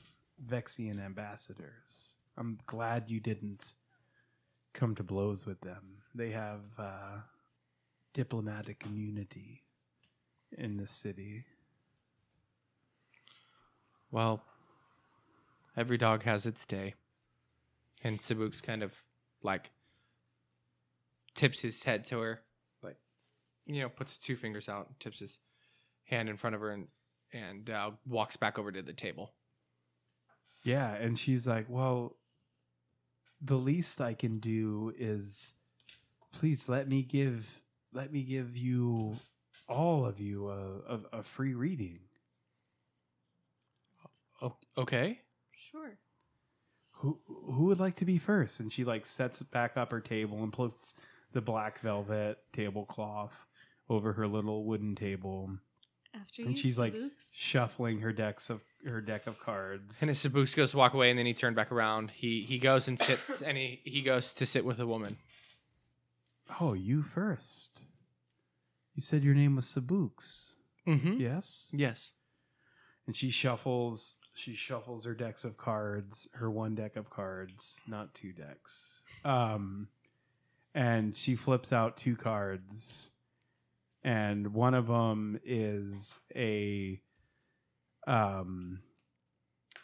[SPEAKER 2] Vexian ambassadors. I'm glad you didn't come to blows with them. They have uh, diplomatic immunity in the city.
[SPEAKER 4] Well, every dog has its day. And Sabuks kind of like tips his head to her, like you know, puts his two fingers out, tips his hand in front of her, and and uh, walks back over to the table.
[SPEAKER 2] Yeah, and she's like, "Well, the least I can do is please let me give let me give you all of you a, a, a free reading."
[SPEAKER 4] Oh, okay.
[SPEAKER 5] Sure.
[SPEAKER 2] who who would like to be first? And she like sets back up her table and puts the black velvet tablecloth over her little wooden table,
[SPEAKER 5] After
[SPEAKER 2] and
[SPEAKER 5] you
[SPEAKER 2] she's like
[SPEAKER 5] spooks.
[SPEAKER 2] shuffling her decks of her deck of cards.
[SPEAKER 4] And as Sabuks goes to walk away, and then he turned back around. He he goes and sits, [laughs] and he he goes to sit with a woman.
[SPEAKER 2] oh, you first. You said your name was Sabuks,
[SPEAKER 4] Mm-hmm.
[SPEAKER 2] yes?
[SPEAKER 4] Yes.
[SPEAKER 2] And she shuffles. She shuffles her decks of cards, her one deck of cards, not two decks. Um, and she flips out two cards, and one of them is a um,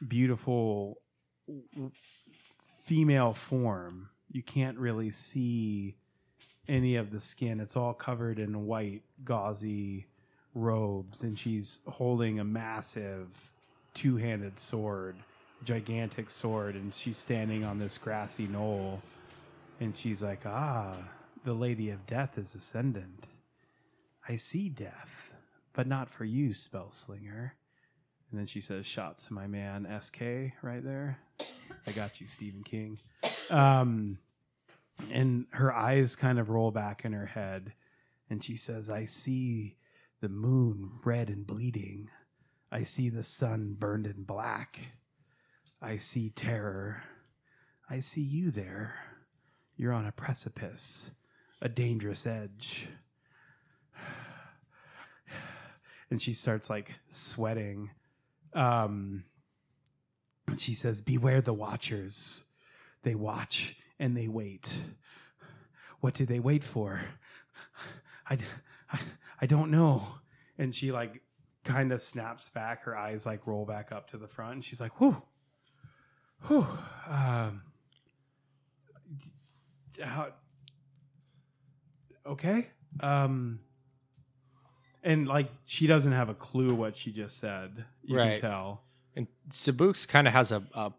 [SPEAKER 2] beautiful female form. You can't really see any of the skin. It's all covered in white, gauzy robes, and she's holding a massive two handed sword, gigantic sword, and she's standing on this grassy knoll. And she's like, Ah, the Lady of Death is ascendant. I see death, but not for you, Spellslinger. And then she says, Shots to my man SK right there. I got you, Stephen King. Um, and her eyes kind of roll back in her head. And she says, I see the moon red and bleeding. I see the sun burned in black. I see terror. I see you there. You're on a precipice, a dangerous edge. [sighs] And she starts like sweating. Um, and she says, Beware the watchers. They watch and they wait. What do they wait for? I, d- I, I don't know. And she like kind of snaps back. Her eyes like roll back up to the front. And she's like, whew, whew. Um, d- how, okay. Um, and like she doesn't have a clue what she just said. You
[SPEAKER 4] Right.
[SPEAKER 2] can tell.
[SPEAKER 4] And Sabuks kind of has a, a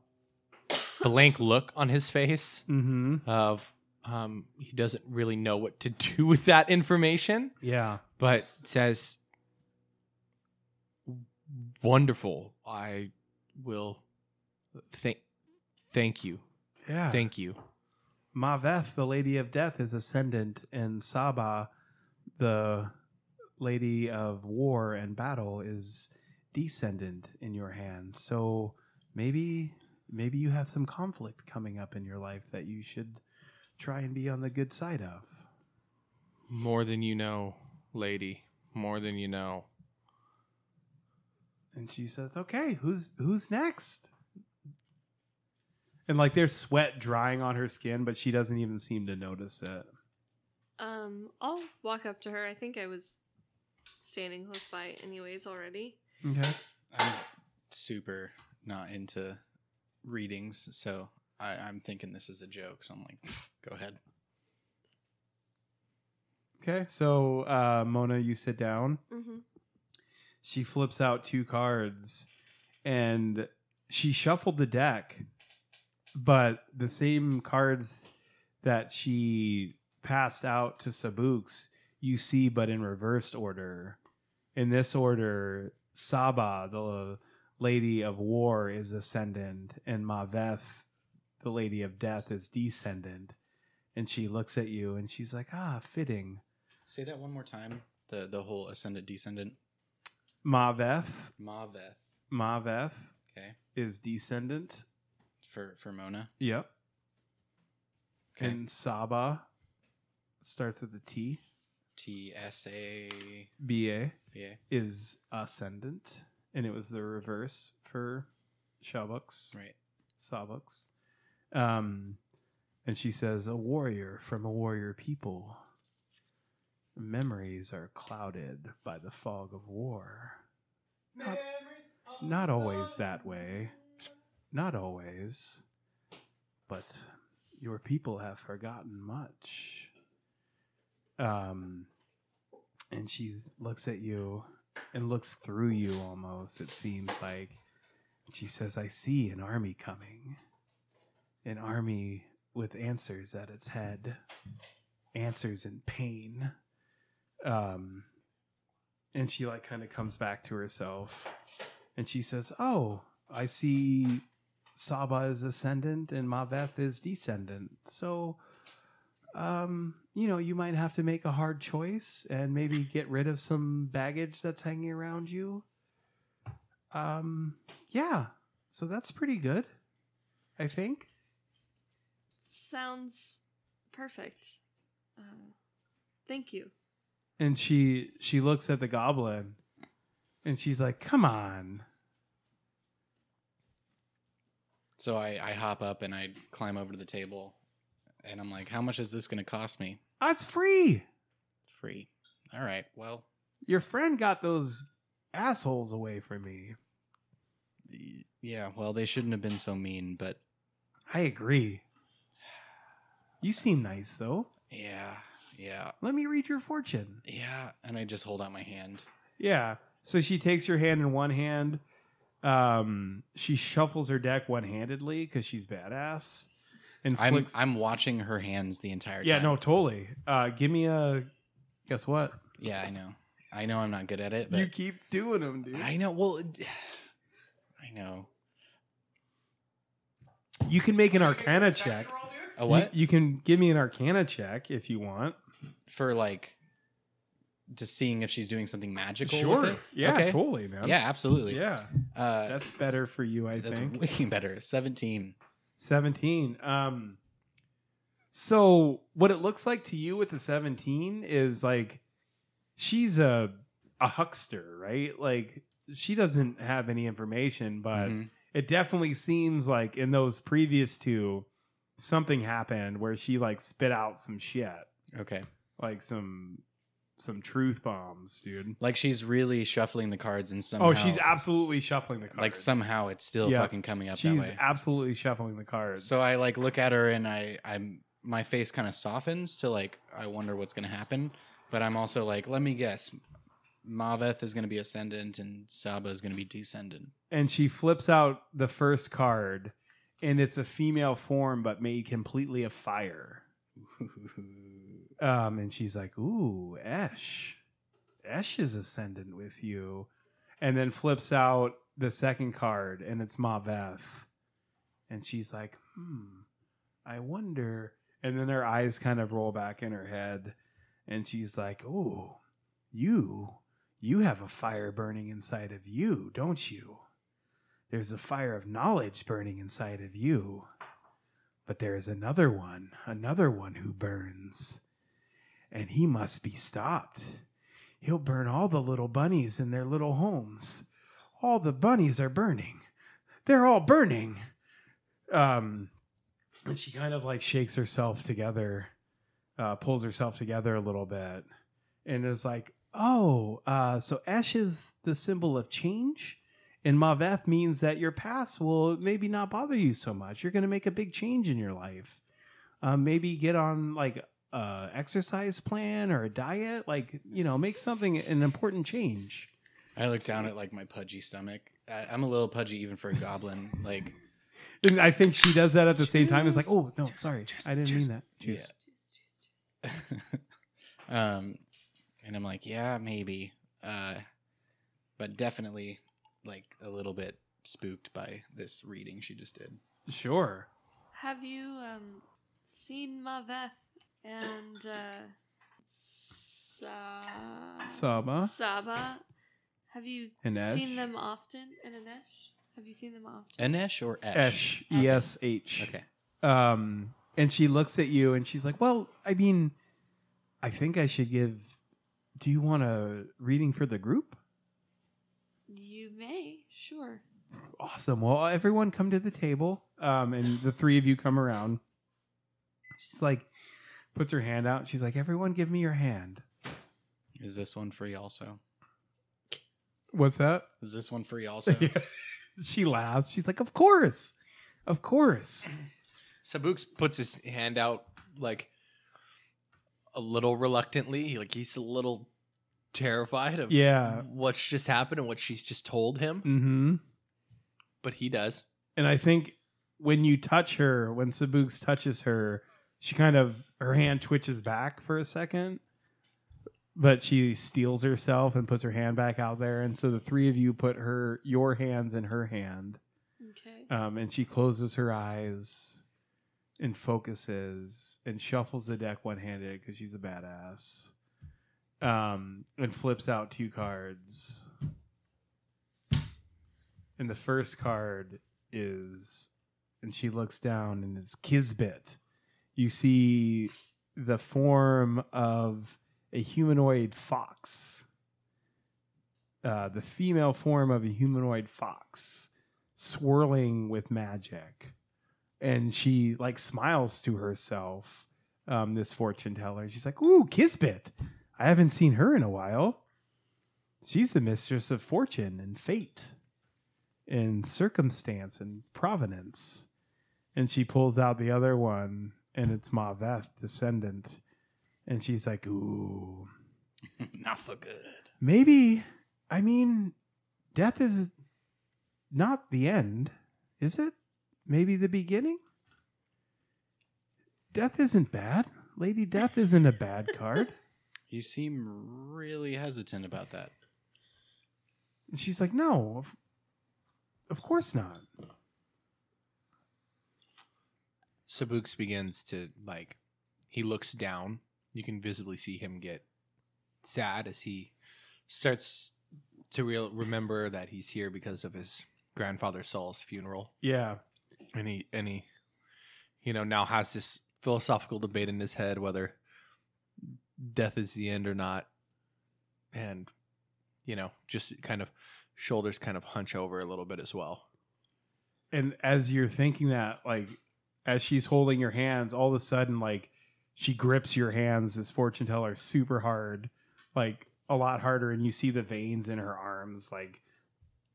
[SPEAKER 4] blank look on his face
[SPEAKER 2] Mm-hmm.
[SPEAKER 4] of um, he doesn't really know what to do [laughs] with that information,
[SPEAKER 2] Yeah.
[SPEAKER 4] but says, "Wonderful. I will thank thank you.
[SPEAKER 2] Yeah.
[SPEAKER 4] Thank you."
[SPEAKER 2] Maveth, the Lady of Death, is ascendant, and Saba, the Lady of War and Battle, is descendant in your hand. So maybe, maybe you have some conflict coming up in your life that you should try and be on the good side of.
[SPEAKER 4] More than you know, lady. More than you know.
[SPEAKER 2] And she says, "Okay, who's who's next?" And like there's sweat drying on her skin, but she doesn't even seem to notice it.
[SPEAKER 5] Um, I'll walk up to her. I think I was standing close by, anyways, already.
[SPEAKER 2] Okay.
[SPEAKER 1] I'm super not into readings, so I, I'm thinking this is a joke. So I'm like, go ahead.
[SPEAKER 2] Okay. So uh, Mona, you sit down.
[SPEAKER 5] hmm
[SPEAKER 2] she flips out two cards and she shuffled the deck but the same cards that she passed out to Sabuks you see but in reversed order in this order Saba the lady of war is ascendant and Maveth the lady of death is descendant and she looks at you and she's like ah fitting
[SPEAKER 1] Say that one more time. The the whole ascendant descendant.
[SPEAKER 2] Maveth
[SPEAKER 1] Maveth.
[SPEAKER 2] Maveth
[SPEAKER 1] Okay.
[SPEAKER 2] is descendant
[SPEAKER 1] For for Mona.
[SPEAKER 2] yep
[SPEAKER 1] Okay.
[SPEAKER 2] And Saba starts with the T.
[SPEAKER 1] T S A
[SPEAKER 2] B A
[SPEAKER 1] B A.
[SPEAKER 2] is ascendant, and it was the reverse for Shabux,
[SPEAKER 1] Right.
[SPEAKER 2] Sabux. Um, and she says, "A warrior from a warrior people. Memories are clouded by the fog of war. Not, not always that way. Not always. But your people have forgotten much." Um, and she looks at you and looks through you almost, it seems like. She says, I see an army coming. An army with answers at its head, answers in pain. Um, and she, like, kind of comes back to herself and she says, Oh, I see Saba is ascendant and Maveth is descendant. So, um, you know, you might have to make a hard choice and maybe get rid of some baggage that's hanging around you. Um, yeah. So that's pretty good, I think.
[SPEAKER 5] Sounds perfect. Uh, thank you.
[SPEAKER 2] And she she looks at the goblin and she's like, "Come on."
[SPEAKER 1] So I, I hop up and I climb over to the table and I'm like, how much is this gonna cost me?
[SPEAKER 2] That's free.
[SPEAKER 1] Free. All right. Well,
[SPEAKER 2] Your friend got those assholes away from me.
[SPEAKER 1] y- yeah, well they shouldn't have been so mean, but
[SPEAKER 2] I agree. You seem nice though.
[SPEAKER 1] yeah, yeah,
[SPEAKER 2] Let me read your fortune.
[SPEAKER 1] yeah. And I just hold out my hand.
[SPEAKER 2] Yeah. So she takes your hand in one hand. Um, she shuffles her deck one handedly because she's badass. And
[SPEAKER 1] I'm
[SPEAKER 2] flicks.
[SPEAKER 1] I'm watching her hands the entire time.
[SPEAKER 2] yeah, no, totally. Uh, give me a. Guess what?
[SPEAKER 1] Yeah, I know. I know I'm not good at it, but
[SPEAKER 2] keep doing them, dude.
[SPEAKER 1] I know. Well, it- [sighs] I know.
[SPEAKER 2] You can make an Arcana check.
[SPEAKER 1] A what
[SPEAKER 2] You, you can give me an Arcana check if you want.
[SPEAKER 1] for like just seeing if she's doing something magical? with it?
[SPEAKER 2] Yeah,
[SPEAKER 1] Okay.
[SPEAKER 2] totally, man.
[SPEAKER 1] Yeah, absolutely.
[SPEAKER 2] Yeah.
[SPEAKER 1] uh,
[SPEAKER 2] That's better for you, I
[SPEAKER 1] That's
[SPEAKER 2] think.
[SPEAKER 1] way [laughs] better. Seventeen.
[SPEAKER 2] 17 um so what it looks like to you with the 17 is like she's a a huckster right like she doesn't have any information but
[SPEAKER 1] Mhm.
[SPEAKER 2] it definitely seems like in those previous two something happened where she like spit out some shit
[SPEAKER 1] Okay.
[SPEAKER 2] like some some truth bombs dude
[SPEAKER 1] Like she's really shuffling the cards and somehow.
[SPEAKER 2] oh she's absolutely shuffling the cards
[SPEAKER 1] like somehow it's still
[SPEAKER 2] Yeah.
[SPEAKER 1] fucking coming up
[SPEAKER 2] she's
[SPEAKER 1] that way.
[SPEAKER 2] absolutely shuffling the cards
[SPEAKER 1] So I like look at her and I I'm my face kind of softens to like I wonder what's gonna happen, but I'm also like let me guess, Maveth is gonna be ascendant and Saba is gonna be descendant.
[SPEAKER 2] and she flips out the first card and it's a female form but made completely of fire. Um, and she's like, "Ooh, Esh, Esh is ascendant with you," and then flips out the second card, and it's Maveth, and she's like, "Hmm, I wonder." And then her eyes kind of roll back in her head, and she's like, "Ooh, you, you have a fire burning inside of you, don't you? There's a fire of knowledge burning inside of you." But there is another one, another one who burns. And he must be stopped. He'll burn all the little bunnies in their little homes. All the bunnies are burning. They're all burning. Um, and she kind of like shakes herself together, uh, pulls herself together a little bit, and is like, oh, uh, so ash is the symbol of change? And Maveth means that your past will maybe not bother you so much. You're going to make a big change in your life. Um, maybe get on like a exercise plan or a diet. Like you know, make something an important change.
[SPEAKER 1] I look down at like my pudgy stomach. I, I'm a little pudgy even for a goblin. Like
[SPEAKER 2] And I think she does that at the same time. It's like, oh no, sorry, I didn't mean that.
[SPEAKER 1] Juice. [laughs] um, and I'm like, yeah, maybe, uh, but definitely like a little bit spooked by this reading she just did.
[SPEAKER 2] Sure.
[SPEAKER 5] Have you um, seen Maveth and uh, Sa-
[SPEAKER 2] Saba.
[SPEAKER 5] Saba? Have you
[SPEAKER 2] Anesh?
[SPEAKER 5] seen them often? And Anesh? Have you seen them often?
[SPEAKER 1] Anesh or Esh?
[SPEAKER 2] Esh.
[SPEAKER 5] Esh.
[SPEAKER 2] E S H.
[SPEAKER 1] Okay.
[SPEAKER 2] um, and she looks at you and she's like, "Well, I mean, I think I should give. Do you want a reading for the group?
[SPEAKER 5] You may, sure.
[SPEAKER 2] Awesome. Well, uh, everyone come to the table, um, and the three of you come around. She's like, puts her hand out. She's like, "Everyone, give me your hand."
[SPEAKER 1] Is this one free also?
[SPEAKER 2] What's [laughs] that?
[SPEAKER 1] Is this one free
[SPEAKER 2] [laughs]
[SPEAKER 1] also?
[SPEAKER 2] she laughs. She's like, "Of course, of course."
[SPEAKER 4] Sabooks puts his hand out like a little reluctantly, like he's a little terrified of
[SPEAKER 2] Yeah.
[SPEAKER 4] what's just happened and what she's just told him,
[SPEAKER 2] Mm-hmm.
[SPEAKER 4] but he does.
[SPEAKER 2] and I think when you touch her, when Sabuks touches her, she kind of her hand twitches back for a second, but she steals herself and puts her hand back out there, and so the three of you put her your hands in her hand, [laughs]
[SPEAKER 5] Okay. [laughs]
[SPEAKER 2] um, and she closes her eyes and focuses and shuffles the deck one handed because she's a badass, um, and flips out two cards. And the first card is, and she looks down and it's Kisbet. You see the form of a humanoid fox, uh, the female form of a humanoid fox, swirling with magic. And she like smiles to herself, um, this fortune teller. She's like, Ooh, Kisbet. I haven't seen her in a while. She's the mistress of fortune and fate and circumstance and provenance. And she pulls out the other one, and it's Maveth, descendant. And she's like, ooh,
[SPEAKER 1] [laughs] Not so good.
[SPEAKER 2] maybe, I mean, death is not the end, is it? Maybe the beginning? Death isn't bad. Lady Death isn't a bad card.
[SPEAKER 1] You seem really hesitant about that.
[SPEAKER 2] And she's like, no, of, of course not.
[SPEAKER 4] Sabooks begins to like he looks down. You can visibly see him get sad as he starts to real remember that he's here because of his grandfather Saul's funeral.
[SPEAKER 2] Yeah.
[SPEAKER 4] And he and he you know now has this philosophical debate in his head whether death is the end or not. And you know, just kind of shoulders kind of hunch over a little bit as well.
[SPEAKER 2] and as you're thinking that like as she's holding your hands all of a sudden like she grips your hands this fortune teller super hard like a lot harder and you see the veins in her arms like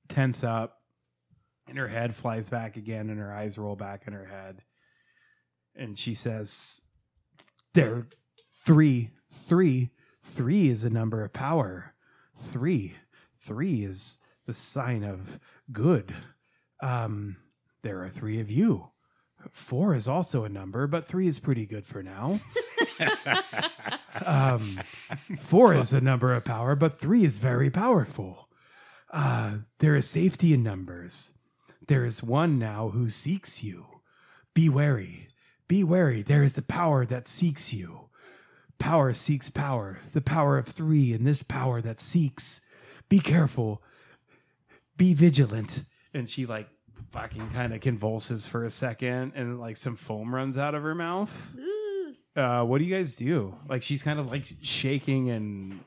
[SPEAKER 2] tense up and her head flies back again and her eyes roll back in her head and she says there are three three three is a number of power three three is the sign of good um, there are three of you. Four is also a number, but three is pretty good for now. Um, four is a number of power, but three is very powerful. Uh, there is safety in numbers. There is one now who seeks you. Be wary. Be wary. There is the power that seeks you. Power seeks power. The power of three and this power that seeks. Be careful. Be vigilant. And she like fucking kind of convulses for a second, and like some foam runs out of her mouth
[SPEAKER 5] Ooh.
[SPEAKER 2] uh, what do you guys do? Like she's kind of like shaking and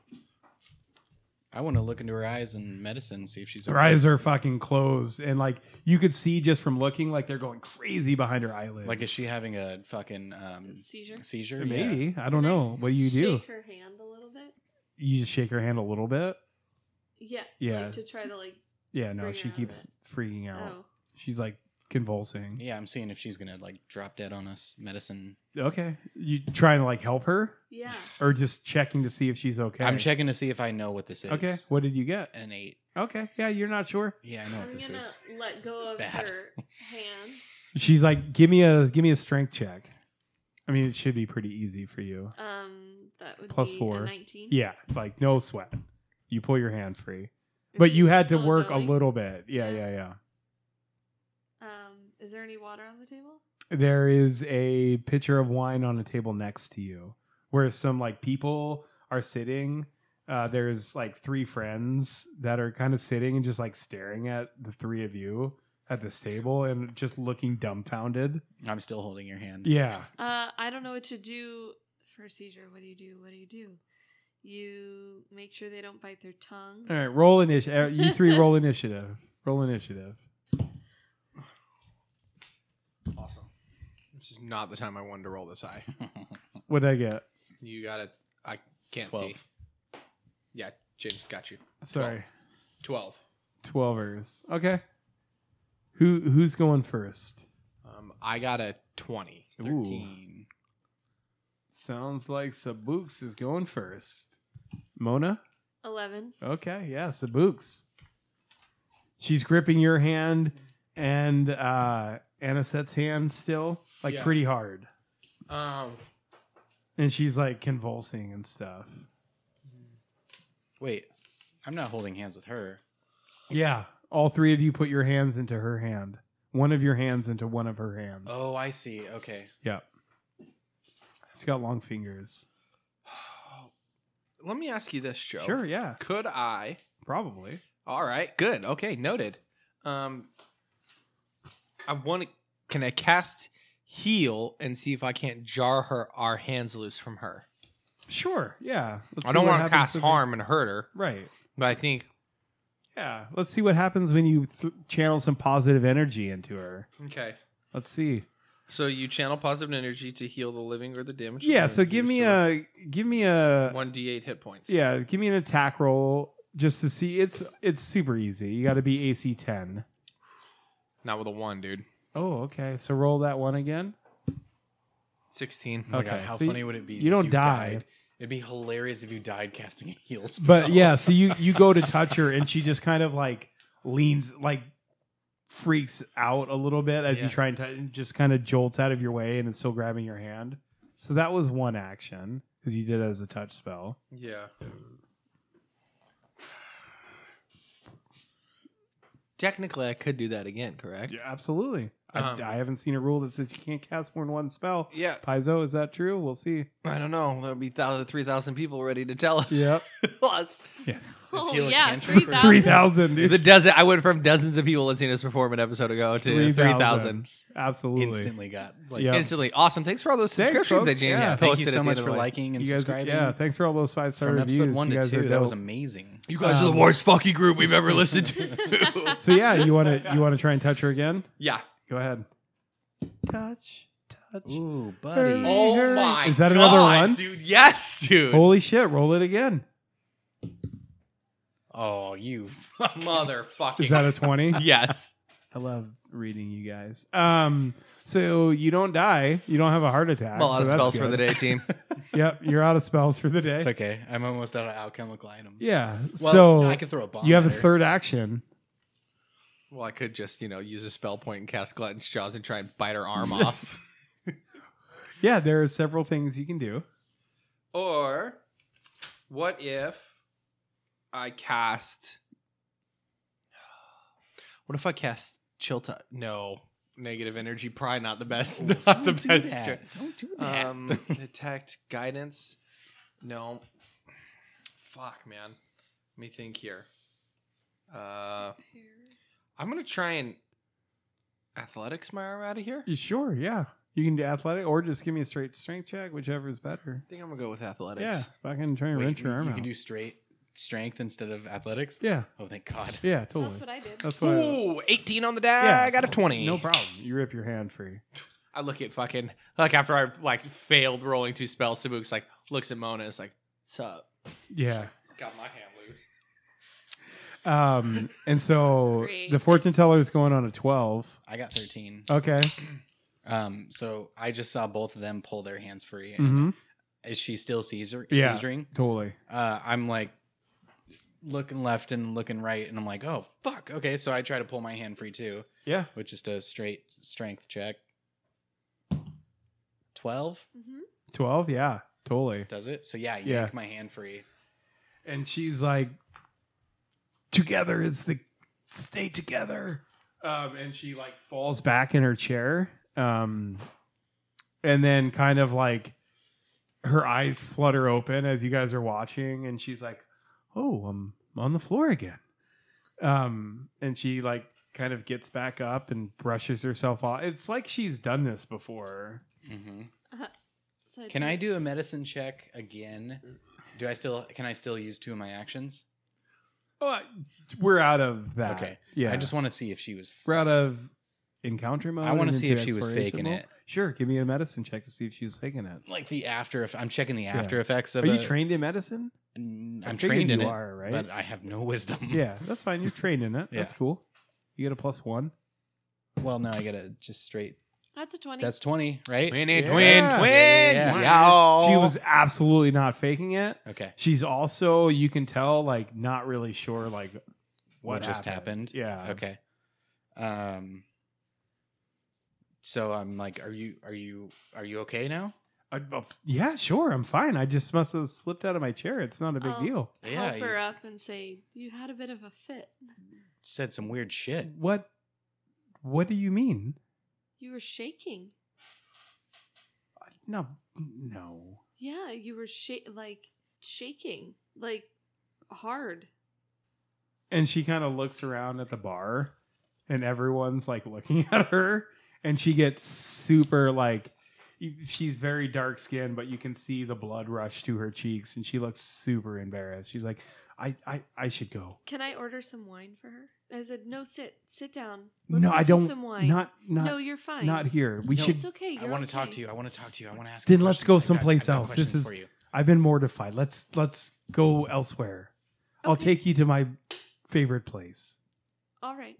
[SPEAKER 1] I want to look into her eyes and medicine, see if she's
[SPEAKER 2] her eyes are fucking closed, and like you could see just from looking, like they're going crazy behind her eyelids.
[SPEAKER 1] Like, is she having a fucking um,
[SPEAKER 5] Seizure.
[SPEAKER 1] seizure? Yeah.
[SPEAKER 2] Maybe I don't know. What do you do?
[SPEAKER 5] Shake her hand a little bit.
[SPEAKER 2] You just shake her hand a little bit.
[SPEAKER 5] Yeah.
[SPEAKER 2] Yeah.
[SPEAKER 5] Like to try to like.
[SPEAKER 2] Yeah, no,
[SPEAKER 5] Bring
[SPEAKER 2] she
[SPEAKER 5] her out of
[SPEAKER 2] keeps freaking out.
[SPEAKER 5] Oh.
[SPEAKER 2] She's like convulsing.
[SPEAKER 1] Yeah, I'm seeing if she's gonna like drop dead on us. Medicine.
[SPEAKER 2] Okay, you trying to like help her
[SPEAKER 5] Yeah.
[SPEAKER 2] or just checking to see if she's okay?
[SPEAKER 1] I'm checking to see if I know what this is.
[SPEAKER 2] Okay, what did you get?
[SPEAKER 1] An eight.
[SPEAKER 2] Okay, yeah, you're not sure.
[SPEAKER 1] Yeah, I know what
[SPEAKER 5] I'm
[SPEAKER 1] this
[SPEAKER 5] gonna
[SPEAKER 1] is.
[SPEAKER 5] let go
[SPEAKER 1] It's
[SPEAKER 5] of
[SPEAKER 1] bad.
[SPEAKER 2] [laughs]
[SPEAKER 5] her hand.
[SPEAKER 2] She's like, give me a give me a strength check. I mean, it should be pretty easy for you.
[SPEAKER 5] Um, that would
[SPEAKER 2] Plus
[SPEAKER 5] be
[SPEAKER 2] four.
[SPEAKER 5] A 19.
[SPEAKER 2] Yeah, like no sweat. You pull your hand free.
[SPEAKER 5] And
[SPEAKER 2] But you
[SPEAKER 5] she's
[SPEAKER 2] had to
[SPEAKER 5] still
[SPEAKER 2] work
[SPEAKER 5] going.
[SPEAKER 2] a little bit. Yeah,
[SPEAKER 5] Yeah.
[SPEAKER 2] yeah, yeah.
[SPEAKER 5] Um, is there any water on the table?
[SPEAKER 2] There is a pitcher of wine on a table next to you where some like people are sitting. Uh, there's like three friends that are kind of sitting and just like staring at the three of you at this table and just looking dumbfounded.
[SPEAKER 1] I'm still holding your hand. [laughs]
[SPEAKER 2] Yeah.
[SPEAKER 5] Uh, I don't know what to do for a seizure. What do you do? What do you do? You make sure they don't bite their tongue.
[SPEAKER 2] All right, roll initiative. You three roll initiative. Roll initiative.
[SPEAKER 4] Awesome. This is not the time I wanted to roll this eye.
[SPEAKER 2] What did I get?
[SPEAKER 4] You got it. I can't see.
[SPEAKER 1] Twelve.
[SPEAKER 4] Yeah, James got you.
[SPEAKER 2] Sorry.
[SPEAKER 4] 12.
[SPEAKER 2] Twelvers. Okay. Who who's going first?
[SPEAKER 4] Um, I got a 20.
[SPEAKER 1] Thirteen.
[SPEAKER 2] Sounds like Sabooks is going first. Mona?
[SPEAKER 5] Eleven.
[SPEAKER 2] Okay, yeah, Sabooks. She's gripping your hand and uh Anisette's hand still, like
[SPEAKER 4] Yeah.
[SPEAKER 2] pretty hard.
[SPEAKER 4] Um,
[SPEAKER 2] And she's like convulsing and stuff.
[SPEAKER 1] Wait, I'm not holding hands with her.
[SPEAKER 2] Yeah. All three of you put your hands into her hand. One of your hands into one of her hands.
[SPEAKER 1] Oh, I see. Okay. Oh
[SPEAKER 2] Yeah. It's got long fingers.
[SPEAKER 4] let me ask you this, Joe.
[SPEAKER 2] Sure, yeah.
[SPEAKER 4] Could I?
[SPEAKER 2] Probably.
[SPEAKER 4] All right. Good. Okay. Noted. Um, I want to. Can I cast heal and see if I can't jar her our hands loose from her?
[SPEAKER 2] Sure, yeah. Let's
[SPEAKER 4] I
[SPEAKER 2] see
[SPEAKER 4] don't
[SPEAKER 2] what
[SPEAKER 4] want to
[SPEAKER 2] happens
[SPEAKER 4] cast
[SPEAKER 2] with-
[SPEAKER 4] harm and hurt her,
[SPEAKER 2] Right.
[SPEAKER 4] but I think
[SPEAKER 2] Yeah, let's see what happens when you th- channel some positive energy into her.
[SPEAKER 4] okay.
[SPEAKER 2] Let's see.
[SPEAKER 4] So you channel positive energy to heal the living or the damaged.
[SPEAKER 2] Yeah, so give me a give me a
[SPEAKER 4] one d8 hit points.
[SPEAKER 2] yeah, give me an attack roll just to see. It's it's super easy. You got to be AC 10.
[SPEAKER 4] Not with a one, dude.
[SPEAKER 2] Oh, okay. So roll that one again.
[SPEAKER 4] Sixteen.
[SPEAKER 1] Oh my God,
[SPEAKER 2] Okay,
[SPEAKER 1] how
[SPEAKER 2] so you-
[SPEAKER 1] funny would it be?
[SPEAKER 2] you don't die.
[SPEAKER 1] died? It'd be hilarious if you died casting a heal spell.
[SPEAKER 2] But yeah, so you you go to touch her and she just kind of like leans like freaks out a little bit as
[SPEAKER 4] Yeah.
[SPEAKER 2] you try and, t- and just kind of jolts out of your way and is still grabbing your hand. So that was one action because you did it as a touch spell.
[SPEAKER 4] Yeah. Technically, I could do that again, correct?
[SPEAKER 2] Yeah, absolutely.
[SPEAKER 4] Um,
[SPEAKER 2] I, I haven't seen a rule that says you can't cast more than one spell.
[SPEAKER 4] Yeah.
[SPEAKER 2] Paizo, is that true? We'll see.
[SPEAKER 4] I don't know. There'll be thousand, three thousand people ready to tell
[SPEAKER 2] Yep.
[SPEAKER 4] [laughs] us.
[SPEAKER 2] yes.
[SPEAKER 5] Oh
[SPEAKER 1] heal a
[SPEAKER 5] yeah,
[SPEAKER 1] cantrip or-
[SPEAKER 5] three thousand.
[SPEAKER 2] Three thousand.
[SPEAKER 4] The dozen. I went from dozens of people listening to us perform an episode ago to
[SPEAKER 2] 3,000.
[SPEAKER 4] three thousand
[SPEAKER 2] Absolutely.
[SPEAKER 1] instantly got like.
[SPEAKER 2] Yeah.
[SPEAKER 4] instantly. Awesome. Thanks for all those
[SPEAKER 2] Thanks,
[SPEAKER 4] subscriptions that
[SPEAKER 2] folks.
[SPEAKER 4] James
[SPEAKER 2] Yeah.
[SPEAKER 4] posted.
[SPEAKER 1] Thank you
[SPEAKER 4] at
[SPEAKER 1] so
[SPEAKER 4] the
[SPEAKER 1] much
[SPEAKER 4] end of
[SPEAKER 1] for
[SPEAKER 4] the-
[SPEAKER 1] liking and
[SPEAKER 2] You guys,
[SPEAKER 1] subscribing.
[SPEAKER 2] yeah, thanks for all those five star
[SPEAKER 1] From
[SPEAKER 2] reviews.
[SPEAKER 1] episode one
[SPEAKER 2] you
[SPEAKER 1] to
[SPEAKER 2] guys are
[SPEAKER 1] two, that was
[SPEAKER 2] dope.
[SPEAKER 1] amazing.
[SPEAKER 4] You guys are
[SPEAKER 2] um,
[SPEAKER 4] the worst fucking group we've ever
[SPEAKER 2] [laughs]
[SPEAKER 4] listened to.
[SPEAKER 5] [laughs]
[SPEAKER 2] so yeah, you want to you want to try and touch her again?
[SPEAKER 4] yeah.
[SPEAKER 2] Go ahead. Touch, touch.
[SPEAKER 1] Ooh,
[SPEAKER 2] buddy.
[SPEAKER 1] buddy.
[SPEAKER 4] Oh
[SPEAKER 2] Hurry.
[SPEAKER 4] my.
[SPEAKER 2] Is that another
[SPEAKER 4] God,
[SPEAKER 2] one?
[SPEAKER 4] dude? Yes, dude.
[SPEAKER 2] Holy shit! Roll it again.
[SPEAKER 1] Oh, you fuck.
[SPEAKER 4] [laughs] Motherfucking.
[SPEAKER 2] Is that a twenty?
[SPEAKER 4] [laughs] yes.
[SPEAKER 2] [laughs] I love reading you guys. Um, so you don't die. You don't have a heart attack.
[SPEAKER 4] I'm a lot
[SPEAKER 2] so
[SPEAKER 4] of
[SPEAKER 2] that's
[SPEAKER 4] spells for
[SPEAKER 2] good.
[SPEAKER 4] the
[SPEAKER 2] [laughs]
[SPEAKER 4] day, team.
[SPEAKER 2] Yep, you're out of spells for the day.
[SPEAKER 1] It's okay. I'm almost out of alchemical items.
[SPEAKER 2] yeah.
[SPEAKER 1] Well,
[SPEAKER 2] so
[SPEAKER 1] I could throw a bomb.
[SPEAKER 2] you have a
[SPEAKER 1] at her.
[SPEAKER 2] third action.
[SPEAKER 4] Well, I could just, you know, use a spell point and cast Glutton's Jaws and try and bite her
[SPEAKER 2] [laughs]
[SPEAKER 4] arm off.
[SPEAKER 2] Yeah, there are several things you can do.
[SPEAKER 4] Or what if I cast. What if I cast Chill Touch? No. Negative energy, probably not the best. Not
[SPEAKER 1] [laughs]
[SPEAKER 4] the
[SPEAKER 1] Don't do
[SPEAKER 4] best.
[SPEAKER 1] that.
[SPEAKER 4] choice.
[SPEAKER 1] Don't do that.
[SPEAKER 4] Um, detect guidance. No. Fuck, man. Let me think here. Uh, I'm gonna try and athletics my arm out of here. I
[SPEAKER 2] You Sure, yeah. You can do athletic or just give me a straight strength check, whichever is better.
[SPEAKER 4] think I'm gonna go with athletics.
[SPEAKER 2] Yeah, fucking try and
[SPEAKER 1] Wait,
[SPEAKER 2] wrench your
[SPEAKER 1] you
[SPEAKER 2] arm
[SPEAKER 1] you
[SPEAKER 2] out.
[SPEAKER 1] can do straight strength instead of athletics.
[SPEAKER 2] yeah,
[SPEAKER 1] Oh, thank
[SPEAKER 2] [laughs]
[SPEAKER 1] God.
[SPEAKER 2] yeah, totally.
[SPEAKER 5] That's what I did.
[SPEAKER 2] That's what. I,
[SPEAKER 4] Ooh, 18 on the die.
[SPEAKER 2] Yeah.
[SPEAKER 4] I got a 20.
[SPEAKER 2] no problem. You rip your hand free.
[SPEAKER 4] I look at fucking like after I've like failed rolling two spells, Sabuk's like looks at Mona, is like, "Sup?"
[SPEAKER 2] Yeah.
[SPEAKER 4] Got my hand loose.
[SPEAKER 2] Um, and so
[SPEAKER 5] Great.
[SPEAKER 2] the fortune teller is going on a 12.
[SPEAKER 1] I got 13.
[SPEAKER 2] Okay.
[SPEAKER 1] Um, so I just saw both of them pull their hands free.
[SPEAKER 2] hmm
[SPEAKER 1] Is she still Caesar?
[SPEAKER 2] Yeah.
[SPEAKER 1] Caesaring?
[SPEAKER 2] Totally.
[SPEAKER 1] Uh, I'm like looking left and looking right, and I'm like, oh fuck. Okay, so I try to pull my hand free too,
[SPEAKER 2] Yeah.
[SPEAKER 1] which is a straight strength check. Twelve
[SPEAKER 5] Mm-hmm.
[SPEAKER 2] 12. Yeah. Totally.
[SPEAKER 1] does it? So yeah, yank
[SPEAKER 2] Yeah.
[SPEAKER 1] my hand free.
[SPEAKER 2] And she's like, together is the stay together. Um, and she like falls back in her chair. Um, and then kind of like her eyes flutter open as you guys are watching. And she's like, oh, I'm on the floor again. Um, and she like kind of gets back up and brushes herself off. It's like she's done this before.
[SPEAKER 1] Mm-hmm.
[SPEAKER 5] So
[SPEAKER 1] Can
[SPEAKER 5] did-
[SPEAKER 1] I do a medicine check again? Do I still? Can I still use two of my actions?
[SPEAKER 2] Oh, we're out of that.
[SPEAKER 1] Okay.
[SPEAKER 2] Yeah.
[SPEAKER 1] I just want to see if she was.
[SPEAKER 2] We're out of encounter mode.
[SPEAKER 1] I want
[SPEAKER 2] and
[SPEAKER 1] to see
[SPEAKER 2] into
[SPEAKER 1] if she was
[SPEAKER 2] exploration
[SPEAKER 1] faking
[SPEAKER 2] mode?
[SPEAKER 1] it.
[SPEAKER 2] Sure, give me a medicine check to see if she's faking it.
[SPEAKER 1] Like the after, eff- I'm checking the after effects of.
[SPEAKER 2] Are you
[SPEAKER 1] a-
[SPEAKER 2] trained in medicine?
[SPEAKER 1] N-
[SPEAKER 2] I
[SPEAKER 1] I'm
[SPEAKER 2] figured
[SPEAKER 1] trained in
[SPEAKER 2] you
[SPEAKER 1] it,
[SPEAKER 2] are, right?
[SPEAKER 1] but I have no [laughs] wisdom.
[SPEAKER 2] yeah, that's fine. You're trained in it.
[SPEAKER 1] [laughs] Yeah.
[SPEAKER 2] That's cool. You get a plus one.
[SPEAKER 1] Well, no, I gotta just straight.
[SPEAKER 5] That's a 20.
[SPEAKER 1] That's twenty, right?
[SPEAKER 4] Twin, it,
[SPEAKER 2] Yeah.
[SPEAKER 4] twin,
[SPEAKER 2] Yeah,
[SPEAKER 4] twin.
[SPEAKER 1] yeah, yeah.
[SPEAKER 4] Y'all.
[SPEAKER 2] She
[SPEAKER 1] Oh.
[SPEAKER 2] was absolutely not faking it.
[SPEAKER 1] Okay.
[SPEAKER 2] She's also, you can tell, like not really sure, like what,
[SPEAKER 1] What just happened?
[SPEAKER 2] Yeah.
[SPEAKER 1] Okay. Um. So I'm like, are you are you are you okay now?
[SPEAKER 2] I- uh, yeah, sure. I'm fine. I just must have slipped out of my chair. It's not a big
[SPEAKER 5] Oh.
[SPEAKER 2] deal.
[SPEAKER 1] Yeah.
[SPEAKER 5] Help
[SPEAKER 1] You
[SPEAKER 5] her up and say, You had a bit of a fit.
[SPEAKER 1] said some weird shit.
[SPEAKER 2] What? What do you mean?
[SPEAKER 5] You were shaking.
[SPEAKER 2] No, no.
[SPEAKER 5] Yeah, you were sha- like shaking, like hard.
[SPEAKER 2] and she kind of looks around at the bar and everyone's like looking [laughs] at her and she gets super like e, she's very dark skinned but you can see the blood rush to her cheeks and she looks super embarrassed she's like i i, I should go
[SPEAKER 5] Can I order some wine for her? I said, No, sit, sit down.
[SPEAKER 2] no
[SPEAKER 5] get
[SPEAKER 2] i
[SPEAKER 5] you
[SPEAKER 2] don't
[SPEAKER 5] some wine.
[SPEAKER 2] not not
[SPEAKER 5] no, you're fine.
[SPEAKER 2] not here we
[SPEAKER 1] No.
[SPEAKER 2] should
[SPEAKER 5] It's okay.
[SPEAKER 1] I
[SPEAKER 5] You're
[SPEAKER 1] want to
[SPEAKER 5] okay.
[SPEAKER 1] talk to you. I want to talk to you. I want to ask.
[SPEAKER 2] Then
[SPEAKER 1] you
[SPEAKER 2] let's
[SPEAKER 1] questions.
[SPEAKER 2] go
[SPEAKER 1] I've got-
[SPEAKER 2] someplace
[SPEAKER 1] I've got
[SPEAKER 2] else. This
[SPEAKER 1] questions
[SPEAKER 2] is-
[SPEAKER 1] for you.
[SPEAKER 2] i've been mortified let's let's go elsewhere i'll
[SPEAKER 5] Okay.
[SPEAKER 2] take you to my favorite place
[SPEAKER 5] All right.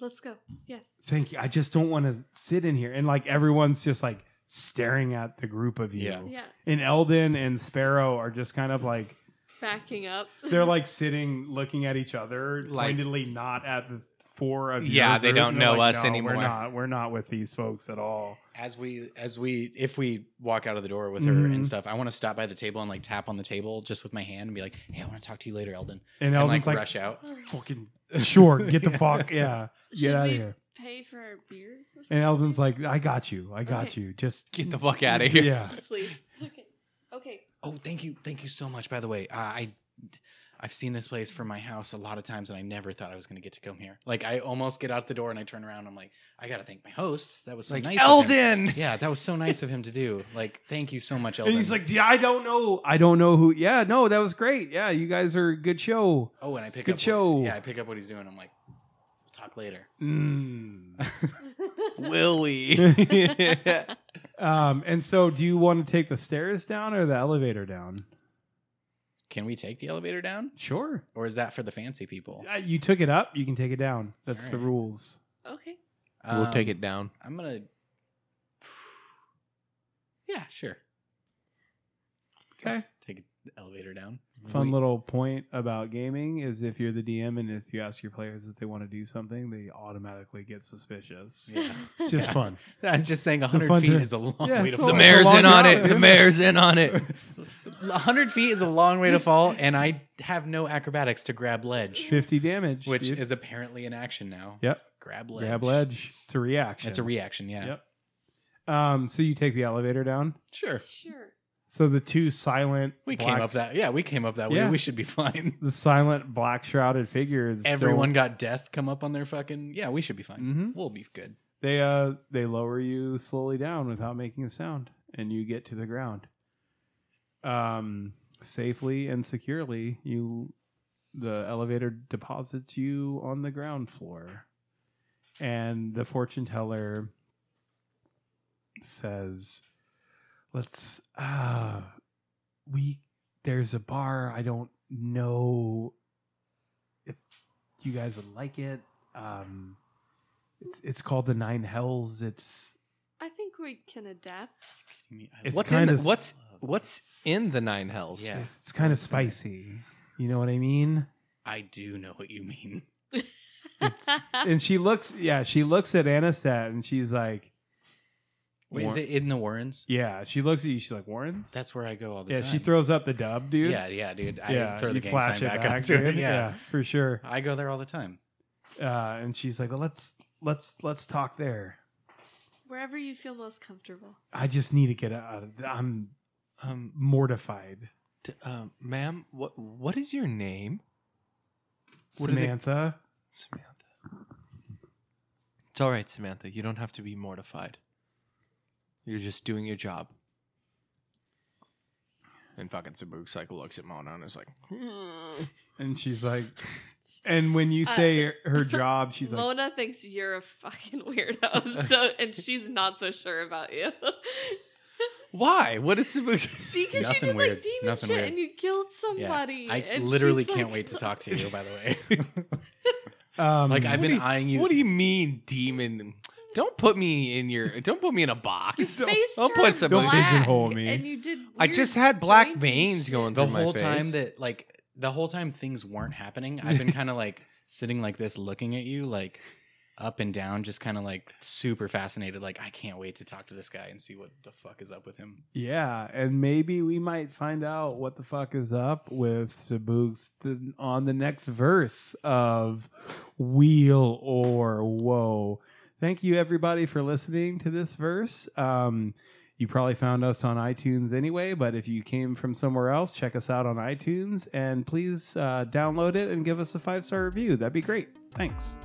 [SPEAKER 5] Let's go. Yes.
[SPEAKER 2] thank you i just don't want to sit in here and like everyone's just like staring at the group of you
[SPEAKER 1] Yeah.
[SPEAKER 5] Yeah.
[SPEAKER 2] and Eldon and Sparrow are just kind of like
[SPEAKER 5] Backing up.
[SPEAKER 2] [laughs]
[SPEAKER 5] [sighs]
[SPEAKER 2] they're like sitting looking at each other,
[SPEAKER 4] Like-
[SPEAKER 2] pointedly not at the four of your
[SPEAKER 4] Yeah, they
[SPEAKER 2] group,
[SPEAKER 4] don't
[SPEAKER 2] and they're
[SPEAKER 4] know
[SPEAKER 2] like,
[SPEAKER 4] us
[SPEAKER 2] "No,
[SPEAKER 4] anymore."
[SPEAKER 2] We're not, we're not with these folks at all.
[SPEAKER 1] As we as we if we walk out of the door with her
[SPEAKER 2] Mhm.
[SPEAKER 1] and stuff, I want to stop by the table and like tap on the table just with my hand and be like, "Hey, I want to talk to you later, Eldon,"
[SPEAKER 2] And
[SPEAKER 1] and
[SPEAKER 2] Eldon's
[SPEAKER 1] like,
[SPEAKER 2] like,
[SPEAKER 1] rush out.
[SPEAKER 2] fucking sure, get
[SPEAKER 4] [laughs]
[SPEAKER 2] the fuck yeah,
[SPEAKER 5] Should
[SPEAKER 2] get out of
[SPEAKER 5] we
[SPEAKER 2] here.
[SPEAKER 5] Pay for our beers. before
[SPEAKER 2] And
[SPEAKER 5] we
[SPEAKER 2] Eldon's
[SPEAKER 5] leave?
[SPEAKER 2] like, I got you, I got
[SPEAKER 5] Okay.
[SPEAKER 2] you. Just
[SPEAKER 4] Get the fuck out of here. [laughs]
[SPEAKER 2] yeah,
[SPEAKER 5] Just leave. [laughs] Okay.
[SPEAKER 2] [laughs]
[SPEAKER 5] Okay. [laughs]
[SPEAKER 1] Oh, thank you, thank you so much. By the way, uh, I I've seen this place from my house a lot of times, and I never thought I was going to get to come here. Like, I almost get out the door and I turn around. I'm like, I got to thank my host. That was so
[SPEAKER 4] Like
[SPEAKER 1] nice. Of him.
[SPEAKER 4] Elden.
[SPEAKER 1] Yeah, that was so nice of him to do. Like, thank you so much, Elden.
[SPEAKER 2] and he's like, yeah, I don't know, I don't know who. Yeah, no, that was great. Yeah, you guys are a good show.
[SPEAKER 1] oh, and I pick
[SPEAKER 2] good
[SPEAKER 1] up. what-
[SPEAKER 2] show.
[SPEAKER 1] yeah, I pick up what he's doing. I'm like, we'll talk later.
[SPEAKER 4] [laughs]
[SPEAKER 2] Mm. [laughs]
[SPEAKER 4] Will we?
[SPEAKER 2] um, and so, do you want to take the stairs down or the elevator down?
[SPEAKER 1] Can we take the elevator down,
[SPEAKER 2] Sure.
[SPEAKER 1] or is that for the fancy people?
[SPEAKER 2] Uh, You took it up, you can take it down. That's the
[SPEAKER 1] Alright.
[SPEAKER 2] rules.
[SPEAKER 5] okay.
[SPEAKER 4] we'll take
[SPEAKER 1] Um,
[SPEAKER 4] it down.
[SPEAKER 1] I'm gonna. Yeah, sure.
[SPEAKER 2] Okay.
[SPEAKER 1] Let's Take it elevator down.
[SPEAKER 2] Fun
[SPEAKER 1] We-
[SPEAKER 2] little point about gaming is if you're the DM and if you ask your players if they want to do something, they automatically get suspicious.
[SPEAKER 1] Yeah. [laughs]
[SPEAKER 2] It's just
[SPEAKER 1] Yeah.
[SPEAKER 2] fun.
[SPEAKER 1] I'm just saying,
[SPEAKER 2] a fun
[SPEAKER 1] 100 feet
[SPEAKER 2] trip.
[SPEAKER 1] is a long
[SPEAKER 2] Yeah,
[SPEAKER 1] way to
[SPEAKER 2] it's a
[SPEAKER 1] fall.
[SPEAKER 4] The
[SPEAKER 2] Oh,
[SPEAKER 4] mayor's
[SPEAKER 2] long
[SPEAKER 4] in on
[SPEAKER 2] drive,
[SPEAKER 4] it. The
[SPEAKER 2] yeah.
[SPEAKER 4] mayor's in
[SPEAKER 2] [laughs]
[SPEAKER 4] on it.
[SPEAKER 1] 100 feet is [laughs] a long way to fall, and I have no acrobatics to grab ledge,
[SPEAKER 2] 50 damage.
[SPEAKER 1] which
[SPEAKER 2] dude.
[SPEAKER 1] is apparently an action now.
[SPEAKER 2] Yep.
[SPEAKER 1] Grab ledge.
[SPEAKER 2] grab ledge. It's a reaction.
[SPEAKER 1] That's a reaction, yeah.
[SPEAKER 2] Yep. Um, so you take the elevator down.
[SPEAKER 1] Sure.
[SPEAKER 5] [laughs] Sure.
[SPEAKER 2] So the two silent
[SPEAKER 1] We
[SPEAKER 2] black-
[SPEAKER 1] came up that. Yeah, we came up that
[SPEAKER 2] Yeah.
[SPEAKER 1] way. We should be fine.
[SPEAKER 2] [laughs] the silent black shrouded figures.
[SPEAKER 1] Everyone got death come up on their fucking. Yeah, we should be fine.
[SPEAKER 2] Mhm.
[SPEAKER 1] We'll be good.
[SPEAKER 2] they uh they lower you slowly down without making a sound and you get to the ground um safely and securely you the elevator deposits you on the ground floor and the fortune teller says let's uh we there's a bar i don't know if you guys would like it um it's it's called the Nine Hells. It's
[SPEAKER 5] I think we can adapt.
[SPEAKER 1] I mean, I
[SPEAKER 2] It's
[SPEAKER 1] love-
[SPEAKER 4] What's in
[SPEAKER 2] kinda
[SPEAKER 4] the,
[SPEAKER 2] s-
[SPEAKER 4] what's what's in the nine hells?
[SPEAKER 1] Yeah.
[SPEAKER 2] it's kind of spicy. You know what I mean?
[SPEAKER 1] I do know what you mean.
[SPEAKER 5] [laughs]
[SPEAKER 2] It's, and she looks, yeah, she looks at Anistat and she's like,
[SPEAKER 1] Wait, is
[SPEAKER 2] Warren-
[SPEAKER 1] it in the Warrens?
[SPEAKER 2] yeah, she looks at you. She's like, Warren's.
[SPEAKER 1] That's where I go all the
[SPEAKER 2] yeah.
[SPEAKER 1] time.
[SPEAKER 2] She throws up the dub, dude.
[SPEAKER 1] Yeah, yeah, dude. I
[SPEAKER 2] yeah.
[SPEAKER 1] throw the
[SPEAKER 2] you
[SPEAKER 1] gang
[SPEAKER 2] flash
[SPEAKER 1] sign
[SPEAKER 2] it
[SPEAKER 1] back, up to it.
[SPEAKER 2] dude.
[SPEAKER 1] Yeah.
[SPEAKER 2] for sure.
[SPEAKER 1] I go there all the time.
[SPEAKER 2] Uh, and she's like, well, let's let's let's talk there.
[SPEAKER 5] Wherever you feel most comfortable.
[SPEAKER 2] I just need to get out. Of, I'm
[SPEAKER 4] Um,
[SPEAKER 2] mortified.
[SPEAKER 4] d- um, ma'am, what what is your name? What are they-
[SPEAKER 2] Samantha.
[SPEAKER 4] Samantha. It's all right, Samantha. You don't have to be mortified. You're just doing your job. And fucking Sabu Cycle looks at Mona and is like, "Hmm."
[SPEAKER 2] And she's
[SPEAKER 1] [laughs]
[SPEAKER 2] like, and when you say her job, she's like,
[SPEAKER 5] Mona thinks you're a fucking weirdo, [laughs] so and she's not so sure about you [laughs]
[SPEAKER 4] "Why? What did Sabu?" [laughs]
[SPEAKER 5] because
[SPEAKER 1] Nothing
[SPEAKER 5] you did
[SPEAKER 1] weird.
[SPEAKER 5] like demon
[SPEAKER 1] Nothing
[SPEAKER 5] shit
[SPEAKER 1] weird.
[SPEAKER 5] and you killed somebody.
[SPEAKER 1] I
[SPEAKER 5] and
[SPEAKER 1] literally
[SPEAKER 5] she's
[SPEAKER 1] can't
[SPEAKER 5] like-
[SPEAKER 1] wait
[SPEAKER 5] [laughs]
[SPEAKER 1] to talk to you, by the way. [laughs]
[SPEAKER 2] um,
[SPEAKER 1] like, I've
[SPEAKER 4] What
[SPEAKER 1] been
[SPEAKER 4] do you-
[SPEAKER 1] eyeing you.
[SPEAKER 4] What do you mean, demon? Don't put me in your. Don't put me in a box.
[SPEAKER 5] Face
[SPEAKER 4] I'll
[SPEAKER 5] turned
[SPEAKER 4] put some-
[SPEAKER 2] Don't
[SPEAKER 5] black,
[SPEAKER 2] pigeonhole me.
[SPEAKER 5] And you did.
[SPEAKER 4] I
[SPEAKER 5] weird
[SPEAKER 4] just had black
[SPEAKER 5] jointy
[SPEAKER 4] veins
[SPEAKER 5] shit.
[SPEAKER 4] going
[SPEAKER 1] the
[SPEAKER 4] through my
[SPEAKER 1] whole
[SPEAKER 4] face.
[SPEAKER 1] time that, like, the whole time things weren't happening, I've been kind of like sitting like this, looking at you, like up and down, just kind of like super fascinated. Like, I can't wait to talk to this guy and see what the fuck is up with him.
[SPEAKER 2] Yeah, and maybe we might find out what the fuck is up with Sabuks th- on the next verse of Wheel or Woe. Thank you, everybody, for listening to this verse. Um, you probably found us on iTunes anyway, but if you came from somewhere else, check us out on iTunes and please uh, download it and give us a five star review. That'd be great. Thanks.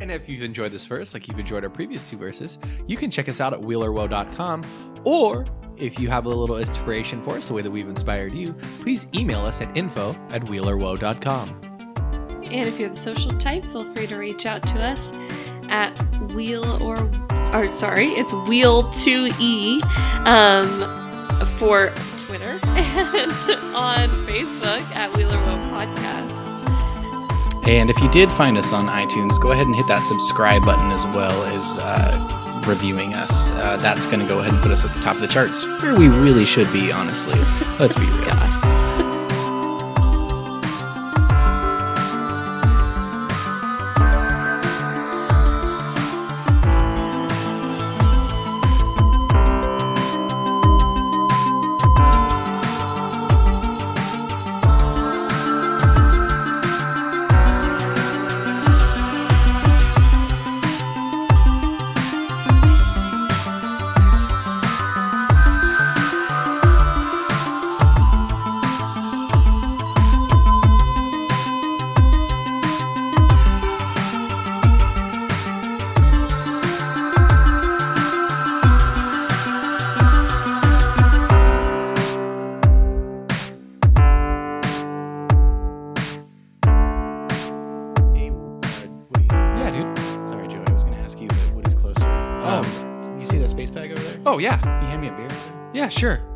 [SPEAKER 4] And if you've enjoyed this verse, like you've enjoyed our previous two verses, you can check us out at wheelerwoe.com. Or if you have a little inspiration for us, the way that we've inspired you, please email us at info at wheelerwoe.com.
[SPEAKER 5] And if you're the social type, feel free to reach out to us at wheel or or sorry, it's wheel two e um, for Twitter [laughs] and on Facebook at Wheeler Woe Podcast.
[SPEAKER 1] And if you did find us on iTunes, go ahead and hit that subscribe button as well as uh, reviewing us. Uh, that's going to go ahead and put us at the top of the charts, where we really should be, honestly. Let's be real. Hey, uh, wait.
[SPEAKER 4] Yeah, dude.
[SPEAKER 1] Sorry, Joey. I was going to ask you, but what is closer? Um, you see that space bag over there?
[SPEAKER 4] Oh, yeah.
[SPEAKER 1] You hand me a beer?
[SPEAKER 4] Yeah, sure.